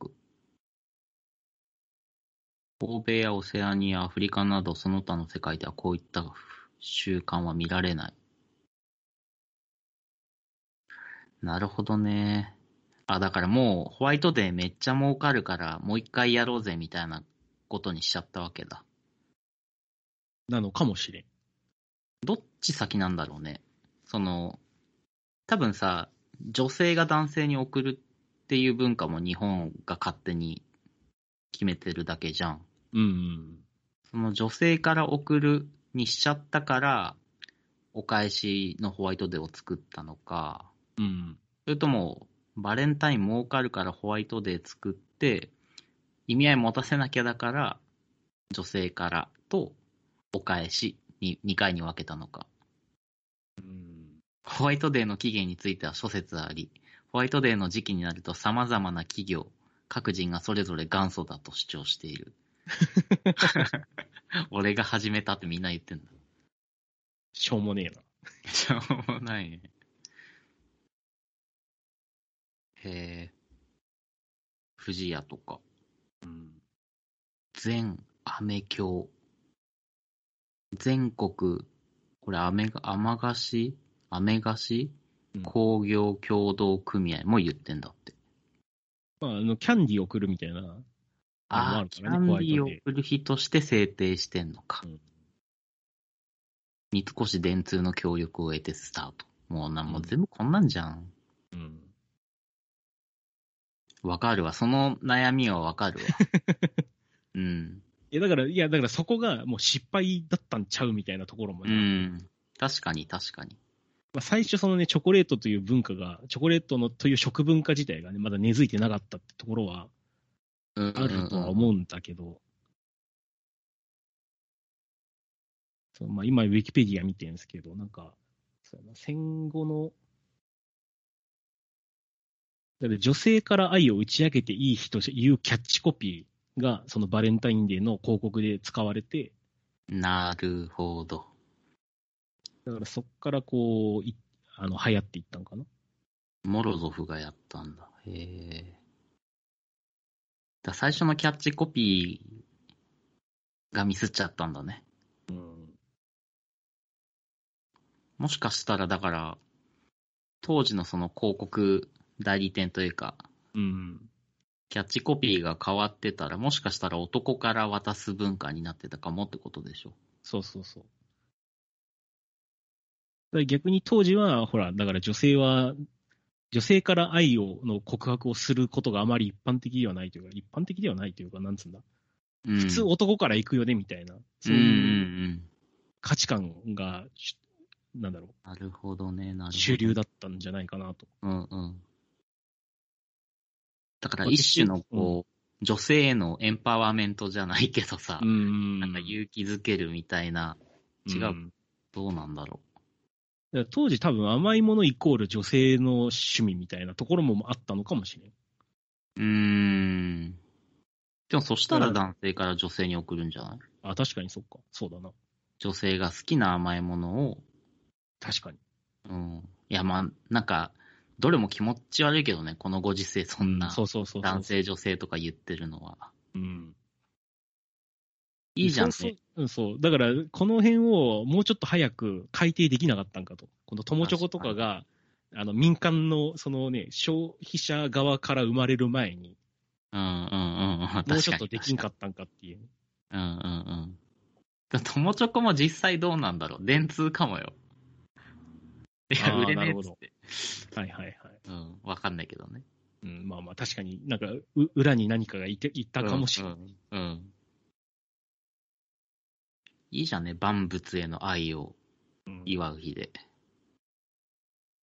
Speaker 3: 欧米やオセアニア、アフリカなどその他の世界ではこういった習慣は見られない。なるほどね。あ、だからもうホワイトデーめっちゃ儲かるからもう一回やろうぜみたいなことにしちゃったわけだ。
Speaker 2: なのかもしれん。
Speaker 3: どっち先なんだろうね。その、多分さ、女性が男性に送るっていう文化も日本が勝手に決めてるだけじゃん。
Speaker 2: うんうん。
Speaker 3: その女性から送るにしちゃったから、お返しのホワイトデーを作ったのか、
Speaker 2: うん。
Speaker 3: それとも、バレンタイン儲かるからホワイトデー作って、意味合い持たせなきゃだから、女性からとお返しに2回に分けたのか。
Speaker 2: うん
Speaker 3: ホワイトデーの期限については諸説あり、ホワイトデーの時期になると様々な企業、各人がそれぞれ元祖だと主張してい [LAUGHS] る。俺が始めたってみんな言ってんだ。
Speaker 2: しょうもねえな。
Speaker 3: しょうもないね。へえ。藤屋とか、
Speaker 2: うん。
Speaker 3: 全アメ教。全国、これアメが、アマガシアメガシ
Speaker 2: うん
Speaker 3: 工業協同組合も言ってんだって。
Speaker 2: まあ、あの、キャンディー送るみたいな。あ
Speaker 3: あ
Speaker 2: あ
Speaker 3: あ
Speaker 2: るか
Speaker 3: ー、キ
Speaker 2: らね
Speaker 3: ャンデ
Speaker 2: ホ
Speaker 3: ィ
Speaker 2: ワイトデー
Speaker 3: ーを送る日として制定してんのか
Speaker 2: うん。
Speaker 3: 三越電通の協力を得てスタート。もうな、もう全部こんなんじゃん。
Speaker 2: うん。
Speaker 3: わかるわ。その悩みはわ
Speaker 2: [LAUGHS]
Speaker 3: かるわ。うん。
Speaker 2: いや、だから、いや、だからそこがもう失敗だったんちゃうみたいなところも
Speaker 3: う
Speaker 2: ね、
Speaker 3: ん。確かに、確かに。
Speaker 2: まあ、最初、そのね、チョコレートという文化が、チョコレートのという食文化自体がね、まだ根付いてなかったってところは
Speaker 3: うん
Speaker 2: あるとは
Speaker 3: うん。
Speaker 2: 思うんだけど、そうまあ、今、ウィキペディア見てるんですけど、なんか、そうやな戦後の、だから女性から愛を打ち明けていい日というキャッチコピーが、そのバレンタインデーの広告で使われて、
Speaker 3: なるほど。
Speaker 2: だからそっからこう、いあの流行っていったんかな。
Speaker 3: モロゾフがやったんだ。へえ。だ最初のキャッチコピーがミスっちゃったんだね。
Speaker 2: うん。
Speaker 3: もしかしたら、だから、当時のその広告代理店というか、
Speaker 2: うん。
Speaker 3: キャッチコピーが変わってたら、もしかしたら男から渡す文化になってたかもってことでしょ。
Speaker 2: そうそうそう。だから逆に当時は、ほら、だから女性は、女性から愛を、の告白をすることがあまり一般的ではないというか、一般的ではないというか、なんつうんだ。
Speaker 3: うん、
Speaker 2: 普通男から行くよね、みたいな。
Speaker 3: う
Speaker 2: そ
Speaker 3: ん
Speaker 2: う
Speaker 3: うんう。
Speaker 2: いうん価値観が、しなんだろ
Speaker 3: なるほどね、なるほ
Speaker 2: う、
Speaker 3: ど。
Speaker 2: 主流だったんじゃないかなと。
Speaker 3: うんうん。だから
Speaker 2: まあ
Speaker 3: 一種のこう、女性へのエンパワーメントじゃないけどさ、
Speaker 2: ん
Speaker 3: なんか勇気づけるみたいな、違うんどうなんだろ
Speaker 2: だから当時多分甘いものイコール女性の趣味みたいなところもあったのかもしれん。
Speaker 3: う。うーん。でもそしたら男性から女性に送るんじゃない
Speaker 2: あ、確かにそっか。そうだな。
Speaker 3: 女性が好きな甘いものを、
Speaker 2: 確かに。
Speaker 3: うん。いや、まあ、なんか、どれも気持ち悪いけどね、このご時世そんな
Speaker 2: そうそうそうそう。
Speaker 3: 男性女性とか言ってるのは。
Speaker 2: うん。
Speaker 3: いいじゃん
Speaker 2: そう
Speaker 3: ね。
Speaker 2: そううん、そう。だから、この辺をもうちょっと早く改定できなかったんかと。この友チョコとかが、あの、民間の、そのね、消費者側から生まれる前に、
Speaker 3: うんうんうん。確か
Speaker 2: も
Speaker 3: に
Speaker 2: うちょっとできんかったんかっていう。
Speaker 3: うんうんうん。だ友チョコも実際どうなんだろう。電通かもよ。いや、
Speaker 2: あー
Speaker 3: 売れねえっ
Speaker 2: なる
Speaker 3: つっ
Speaker 2: ほ
Speaker 3: て。
Speaker 2: はいはいはい。
Speaker 3: うん、わかんないけどね。
Speaker 2: うん、まあまあ、確かになんか、う裏に何かがいていたかもしれない。
Speaker 3: うん。うんうんいいじゃんね、万物への愛を
Speaker 2: うん
Speaker 3: 祝う日で。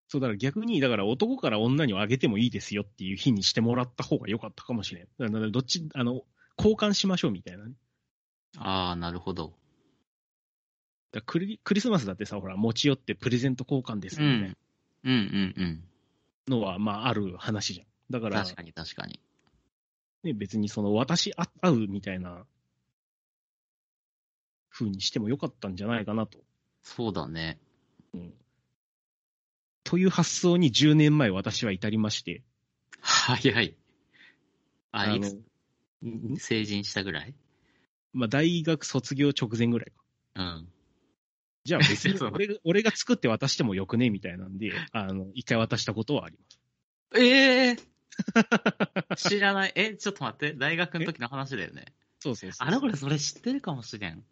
Speaker 2: そう、だから逆に、だから男から女にはあげてもいいですよっていう日にしてもらった方が良かったかもしれん。だからどっち、あの、交換しましょうみたいなね。
Speaker 3: ああ、なるほど。
Speaker 2: だからクリクリスマスだってさ、ほら、持ち寄ってプレゼント交換です
Speaker 3: う
Speaker 2: みたい
Speaker 3: ん。うんうん
Speaker 2: なのは、まあ、ある話じゃん。だ
Speaker 3: う
Speaker 2: か
Speaker 3: ん。
Speaker 2: ら、
Speaker 3: 確かに確かに。
Speaker 2: ね、別にその、私あ会うみたいな、風にしても良かったんじゃないかなと。
Speaker 3: そうだね。
Speaker 2: という発想に10年前私は至りまして、
Speaker 3: 早い。あ、い
Speaker 2: の
Speaker 3: つ、成人したぐらい
Speaker 2: まあ、大学卒業直前ぐらいか。
Speaker 3: うん。
Speaker 2: じゃあ別
Speaker 3: [LAUGHS]
Speaker 2: に
Speaker 3: そう
Speaker 2: 俺が俺が作って渡してもよくねみたいなんで、あの、一回渡したことはあります。
Speaker 3: ええ知らない。え、ちょっと待って。大学の時の話だよね。
Speaker 2: そうそうそう。
Speaker 3: あれこれそれ知ってるかもしれん。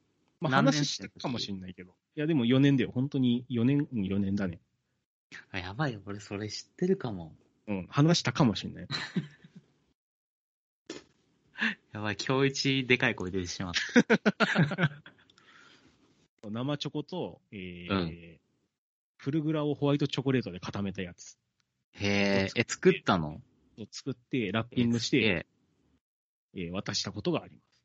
Speaker 2: まあ、
Speaker 3: 何年
Speaker 2: 話したかもしれないけど。いや、でも4年だよ。本当に4年、うん4年だね。
Speaker 3: あやばいよ、俺それ知ってるかも。
Speaker 2: うん、話したかもしれない。
Speaker 3: やばい、今日一でかい声出てしまった。
Speaker 2: 生チョコと、えー
Speaker 3: うん
Speaker 2: フルグラをホワイトチョコレートで固めたやつ
Speaker 3: へえ、え、作ったの
Speaker 2: を作って、ラッピングして、
Speaker 3: え
Speaker 2: えー渡したことがあります。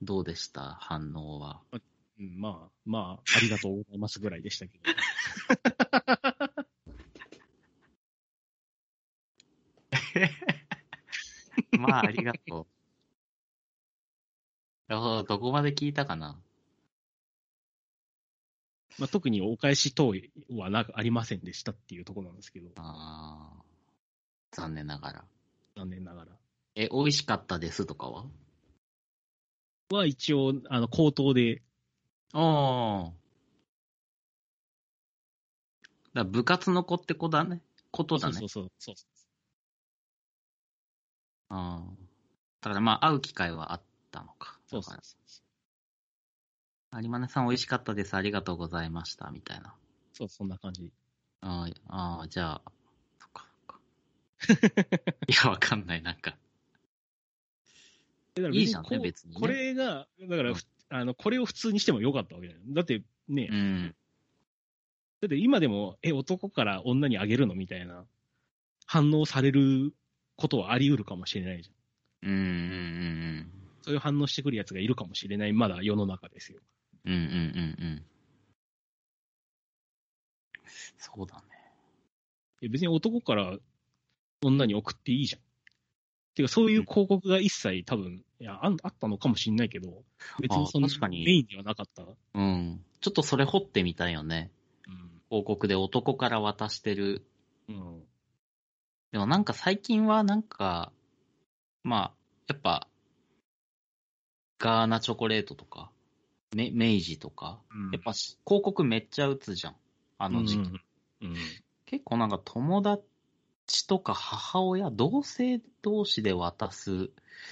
Speaker 3: どうでした反応は。
Speaker 2: うん、まあ、まあ、ありがとうございますぐらいでしたけど。 [LAUGHS]
Speaker 3: まあ、ありがとう。なる [LAUGHS] ほど、どこまで聞いたかな
Speaker 2: まあ、特にお返し等はなありませんでしたっていうところなんですけど、
Speaker 3: あー残念ながら。
Speaker 2: 残念ながら。
Speaker 3: え、美味しかったですとかは
Speaker 2: は一応、あの、口頭で
Speaker 3: ああ。だから部活の子って子だね。ことだね。
Speaker 2: そうそうそう。そう
Speaker 3: ああ。だからまあ、会う機会はあったのか。
Speaker 2: そうそう
Speaker 3: だから有馬根さん美味しかったです。ありがとうございました。みたいな。
Speaker 2: そうそんな感じ。
Speaker 3: あーあー、じゃあ、そっか
Speaker 2: [LAUGHS]
Speaker 3: そっか。いや、わかんない。なんか、
Speaker 2: い
Speaker 3: いいじゃんね、別に、ね。
Speaker 2: これが、だから、
Speaker 3: うん
Speaker 2: ふあの、これを普通にしてもよかったわけだよ。だってね、
Speaker 3: う
Speaker 2: だ
Speaker 3: ん。
Speaker 2: って今でも、え、男から女にあげるのみたいな反応されることはあり得るかもしれないじゃん。
Speaker 3: うん、うん、うん
Speaker 2: そういう反応してくるやつがいるかもしれない、まだ世の中ですよ。
Speaker 3: うん。うん、うん、うん、うん。そうだね。
Speaker 2: え別に男から女に送っていいじゃん。てか、そういう広告が一切多分、いやあんあったのかもしれないけど、別にその
Speaker 3: あ確かに
Speaker 2: メインではなかった。
Speaker 3: うん。ちょっとそれ掘ってみたいよね。広告で男から渡してる。
Speaker 2: うん。うん。
Speaker 3: でもなんか最近はなんか、まあ、やっぱ、ガーナチョコレートとか、め明治とか、やっぱし広告めっちゃ打つじゃん。あの時期。
Speaker 2: うん。うん
Speaker 3: 結構なんか友達とか母親、同性同士で渡す
Speaker 2: う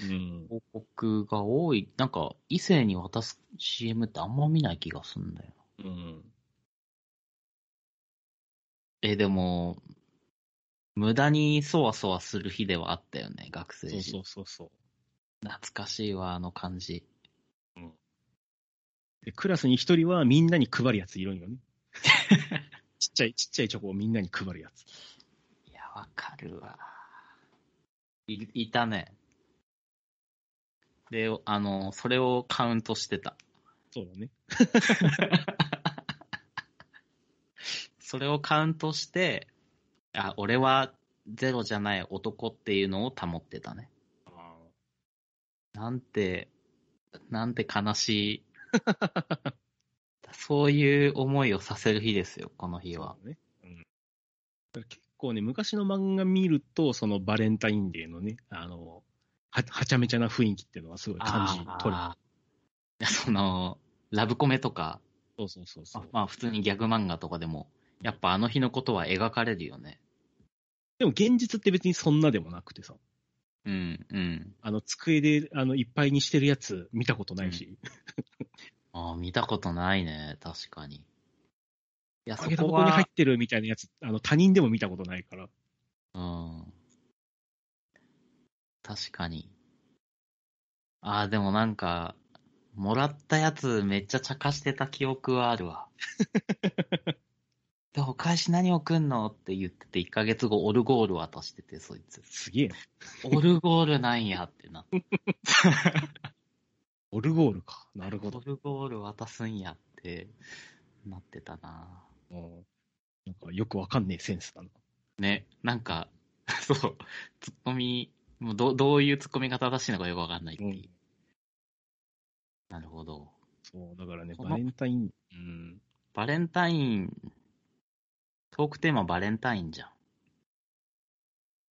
Speaker 2: ん
Speaker 3: 広告が多い。なんか異性に渡す CM ってあんま見ない気がすんだよ。
Speaker 2: うん。
Speaker 3: え、でも、無駄にそわそわする日ではあったよね、学生時
Speaker 2: そうそうそうそう。
Speaker 3: 懐かしいわ、あの感じ。
Speaker 2: で、クラスに一人はみんなに配るやついるん
Speaker 3: [LAUGHS]
Speaker 2: よね。ちっちゃい、ちっちゃいチョコをみんなに配るやつ。
Speaker 3: いや、わかるわ。いいたね。で、あの、それをカウントしてた。
Speaker 2: そうだね。
Speaker 3: それをカウントして、あ、俺はゼロじゃない男っていうのを保ってたね。なんて、なんて
Speaker 2: [LAUGHS]
Speaker 3: 悲しい。そういう思いをさせる日ですよ、この日は。
Speaker 2: そうね。うん。だから結構ね、昔の漫画見ると、そのバレンタインデーのね、あの、は、はちゃめちゃな雰囲気っていうのはすごい感じ取れる。
Speaker 3: あーその、ラブコメとか、
Speaker 2: そうそうそうそう。
Speaker 3: まあ普通にギャグ漫画とかでも、やっぱあの日のことは描かれるよね。
Speaker 2: でも現実って別にそんなでもなくてさ、
Speaker 3: うん、うん。
Speaker 2: あの、机で、あの、いっぱいにしてるやつ見たことないし、
Speaker 3: ああ、見たことないね、確かに。いや、そ
Speaker 2: あげた
Speaker 3: こ
Speaker 2: ここに入
Speaker 3: は
Speaker 2: っ、てるみたいなやつ、あの、他人でも見たことないから。
Speaker 3: うん。確かに。ああ、でもなんか、もらったやつめっちゃ茶化してた記憶はあ
Speaker 2: [LAUGHS]
Speaker 3: るわ。で、お返し何送んのって言ってて、1ヶ月後オルゴール渡してて、そい
Speaker 2: [LAUGHS]
Speaker 3: つ。
Speaker 2: すげえな。
Speaker 3: オルゴールなんやってなって。
Speaker 2: オルゴールか。なるほ
Speaker 3: オ
Speaker 2: ど。
Speaker 3: ルゴール渡すんやってなってたな
Speaker 2: うんなんかよくわかんねえセンスだな。
Speaker 3: ね、なんか、 [LAUGHS] そう、ツッコミ、もうどどういうツッコミが正しいのかよくわかんないっていう。
Speaker 2: うん
Speaker 3: なるほど。
Speaker 2: そう、だからね、
Speaker 3: この
Speaker 2: バレンタイン、うん。
Speaker 3: バレンタイン、トークテーマバレンタインじゃん。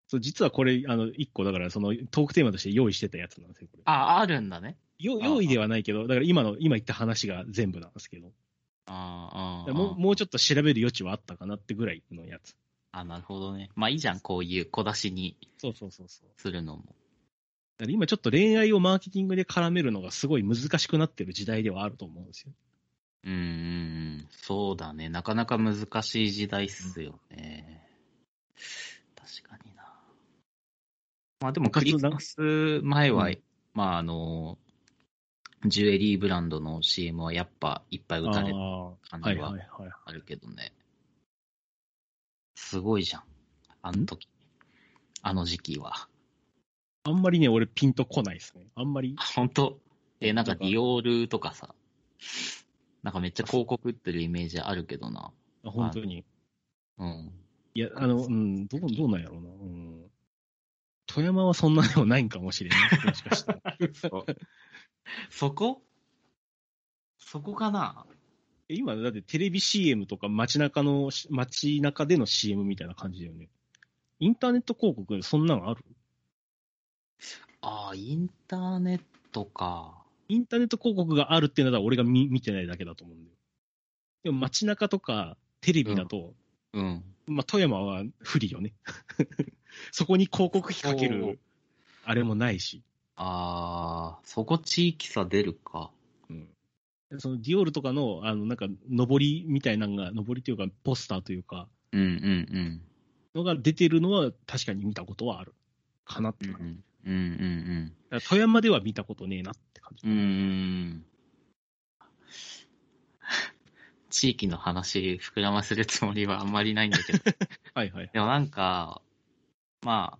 Speaker 2: そう、実はこれ、あの、一個だから、その、トークテーマとして用意してたやつなんですよ、これ。
Speaker 3: あ、あるんだね。
Speaker 2: よ
Speaker 3: あ
Speaker 2: 用意ではないけど、だから今の、今言った話が全部なんですけど、
Speaker 3: あーあー、
Speaker 2: も
Speaker 3: あ
Speaker 2: う
Speaker 3: ー
Speaker 2: もうちょっと調べる余地はあったかなってぐらいのやつ。
Speaker 3: あ、なるほどね。まあいいじゃん、こういう小出しに
Speaker 2: そうそうそうそう。
Speaker 3: するのも。
Speaker 2: だから今ちょっと恋愛をマーケティングで絡めるのがすごい難しくなってる時代ではあると思うんですよ。
Speaker 3: うんうんうん、そうだね。なかなか難しい時代っすよね。確かにな。まあでもクリスマス前は、
Speaker 2: うん
Speaker 3: まああの、ジュエリーブランドの CM はやっぱいっぱい打たれた
Speaker 2: あ
Speaker 3: 感
Speaker 2: あ、はい
Speaker 3: じ
Speaker 2: はい
Speaker 3: は
Speaker 2: はい。
Speaker 3: あるけどね。すごいじゃん。あの時。あの時期は。
Speaker 2: あんまりね、俺ピンとこないですね。あんまり
Speaker 3: あ、本当え、なんか
Speaker 2: なんか
Speaker 3: ディオールとかさ、なんかめっちゃ広告打ってるイメージあるけどな。
Speaker 2: あ本当に。
Speaker 3: うん。
Speaker 2: いや、あの、うん、どう、どうなんやろうな。うん。富山はそんなでもないんかもし
Speaker 3: [LAUGHS]
Speaker 2: れない。もしかしたら。
Speaker 3: そこそこかな
Speaker 2: え今、だってテレビ CM とか街中の、街中での CM みたいな感じだよね。インターネット広告、そんなのある
Speaker 3: ああ、インターネットか。
Speaker 2: インターネット広告があるっていうのは俺が見見てないだけだと思うんだよ。でも街中とかテレビだと、
Speaker 3: うん。
Speaker 2: まあ富山は不利よね。 [LAUGHS] そこに広告費かけ
Speaker 3: そう
Speaker 2: る、あれもないし。
Speaker 3: ああ、そこ地域差出るか。
Speaker 2: うんそのディオールとかの、あの、なんか、上りみたいなのが、上りというか、ポスターというか、
Speaker 3: うんうん
Speaker 2: のが出てるのは確かに見たことはある。かなって
Speaker 3: う
Speaker 2: い
Speaker 3: ん。
Speaker 2: うう感じ。
Speaker 3: んうんうん
Speaker 2: だから富山では見たことねえなって感じ。
Speaker 3: うん。うんうん。 [LAUGHS] 地域の話膨らませるつもりはあんまりないんだけど。 [LAUGHS]
Speaker 2: はいはい。
Speaker 3: でもなんか、まあ、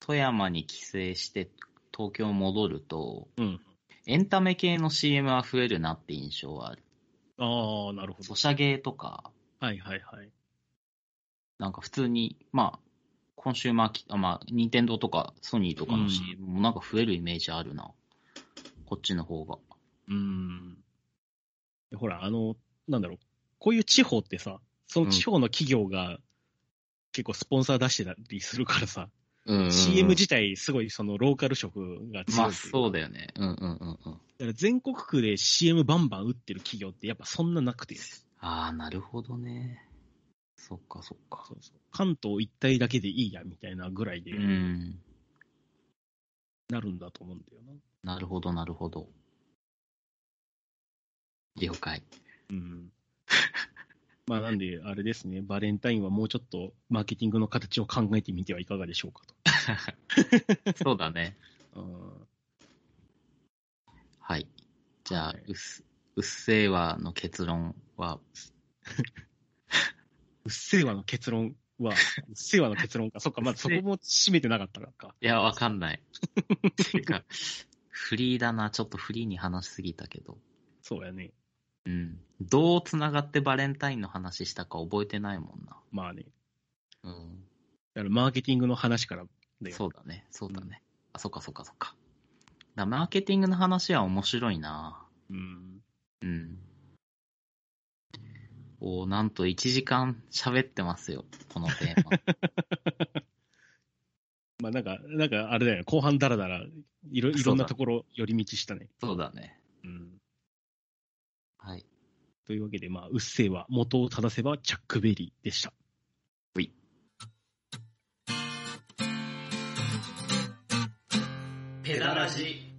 Speaker 3: 富山に帰省して東京戻ると、
Speaker 2: うん。
Speaker 3: エンタメ系の CM は増えるなって印象はある。
Speaker 2: ああ、なるほど
Speaker 3: ソ。シャゲとか、
Speaker 2: はいはいはい。
Speaker 3: なんか普通に、まあ、コンシューマーき、あまあ、任天堂とかソニーとか
Speaker 2: う
Speaker 3: の
Speaker 2: ん
Speaker 3: CM もなんか増えるイメージあるな。こっちの方が。
Speaker 2: うん。ほら、あの、なんだろう。こういう地方ってさ、その地方の企業が結構スポンサー出してたりするからさ、CM 自体すごいそのローカル色が強いというか。
Speaker 3: まあそうだよね。うんうんうんうん。
Speaker 2: だから全国区で CM バンバン打ってる企業ってやっぱそんななくて、
Speaker 3: ああ、なるほどね。そっかそっか。
Speaker 2: 関東一帯だけでいいやみたいなぐらいで
Speaker 3: うん。
Speaker 2: なるんだと思うんだよな。
Speaker 3: なるほど、なるほど。了解。
Speaker 2: うん。まあなんで、あれですね、バレンタインはもうちょっとマーケティングの形を考えてみてはいかがでしょうか
Speaker 3: [LAUGHS] そうだね。
Speaker 2: と。うん
Speaker 3: はい。じゃあ、
Speaker 2: はい
Speaker 3: い、うっす、うっせーわの結論は、
Speaker 2: うっせぇわの結論、は、世話の結論か。そっか、まだそこも締めてなかったか。
Speaker 3: いや、わかんない。てか、フリーだな。ちょっとフリーに話しすぎたけど。
Speaker 2: そうやね。
Speaker 3: うん。どう繋がってバレンタインの話したか覚えてないもんな。
Speaker 2: まあね。
Speaker 3: うん。
Speaker 2: だからマーケティングの話からだよ。
Speaker 3: そうだね。そうだね。あ、そっかそっかそっか。だマーケティングの話は面白いな。
Speaker 2: うん。
Speaker 3: うん。おーなんと1時間喋ってますよ。このテ
Speaker 1: [LAUGHS]
Speaker 3: ーマ。
Speaker 2: まあなんか、なんかあれだよ。後半だらだら、いろ、いろんなところ寄り道したね。
Speaker 3: そうだね。
Speaker 2: うん。
Speaker 3: はい。
Speaker 2: というわけで、まあ、うっせぇは元を正せばチャックベリーでした。
Speaker 1: ペダラジ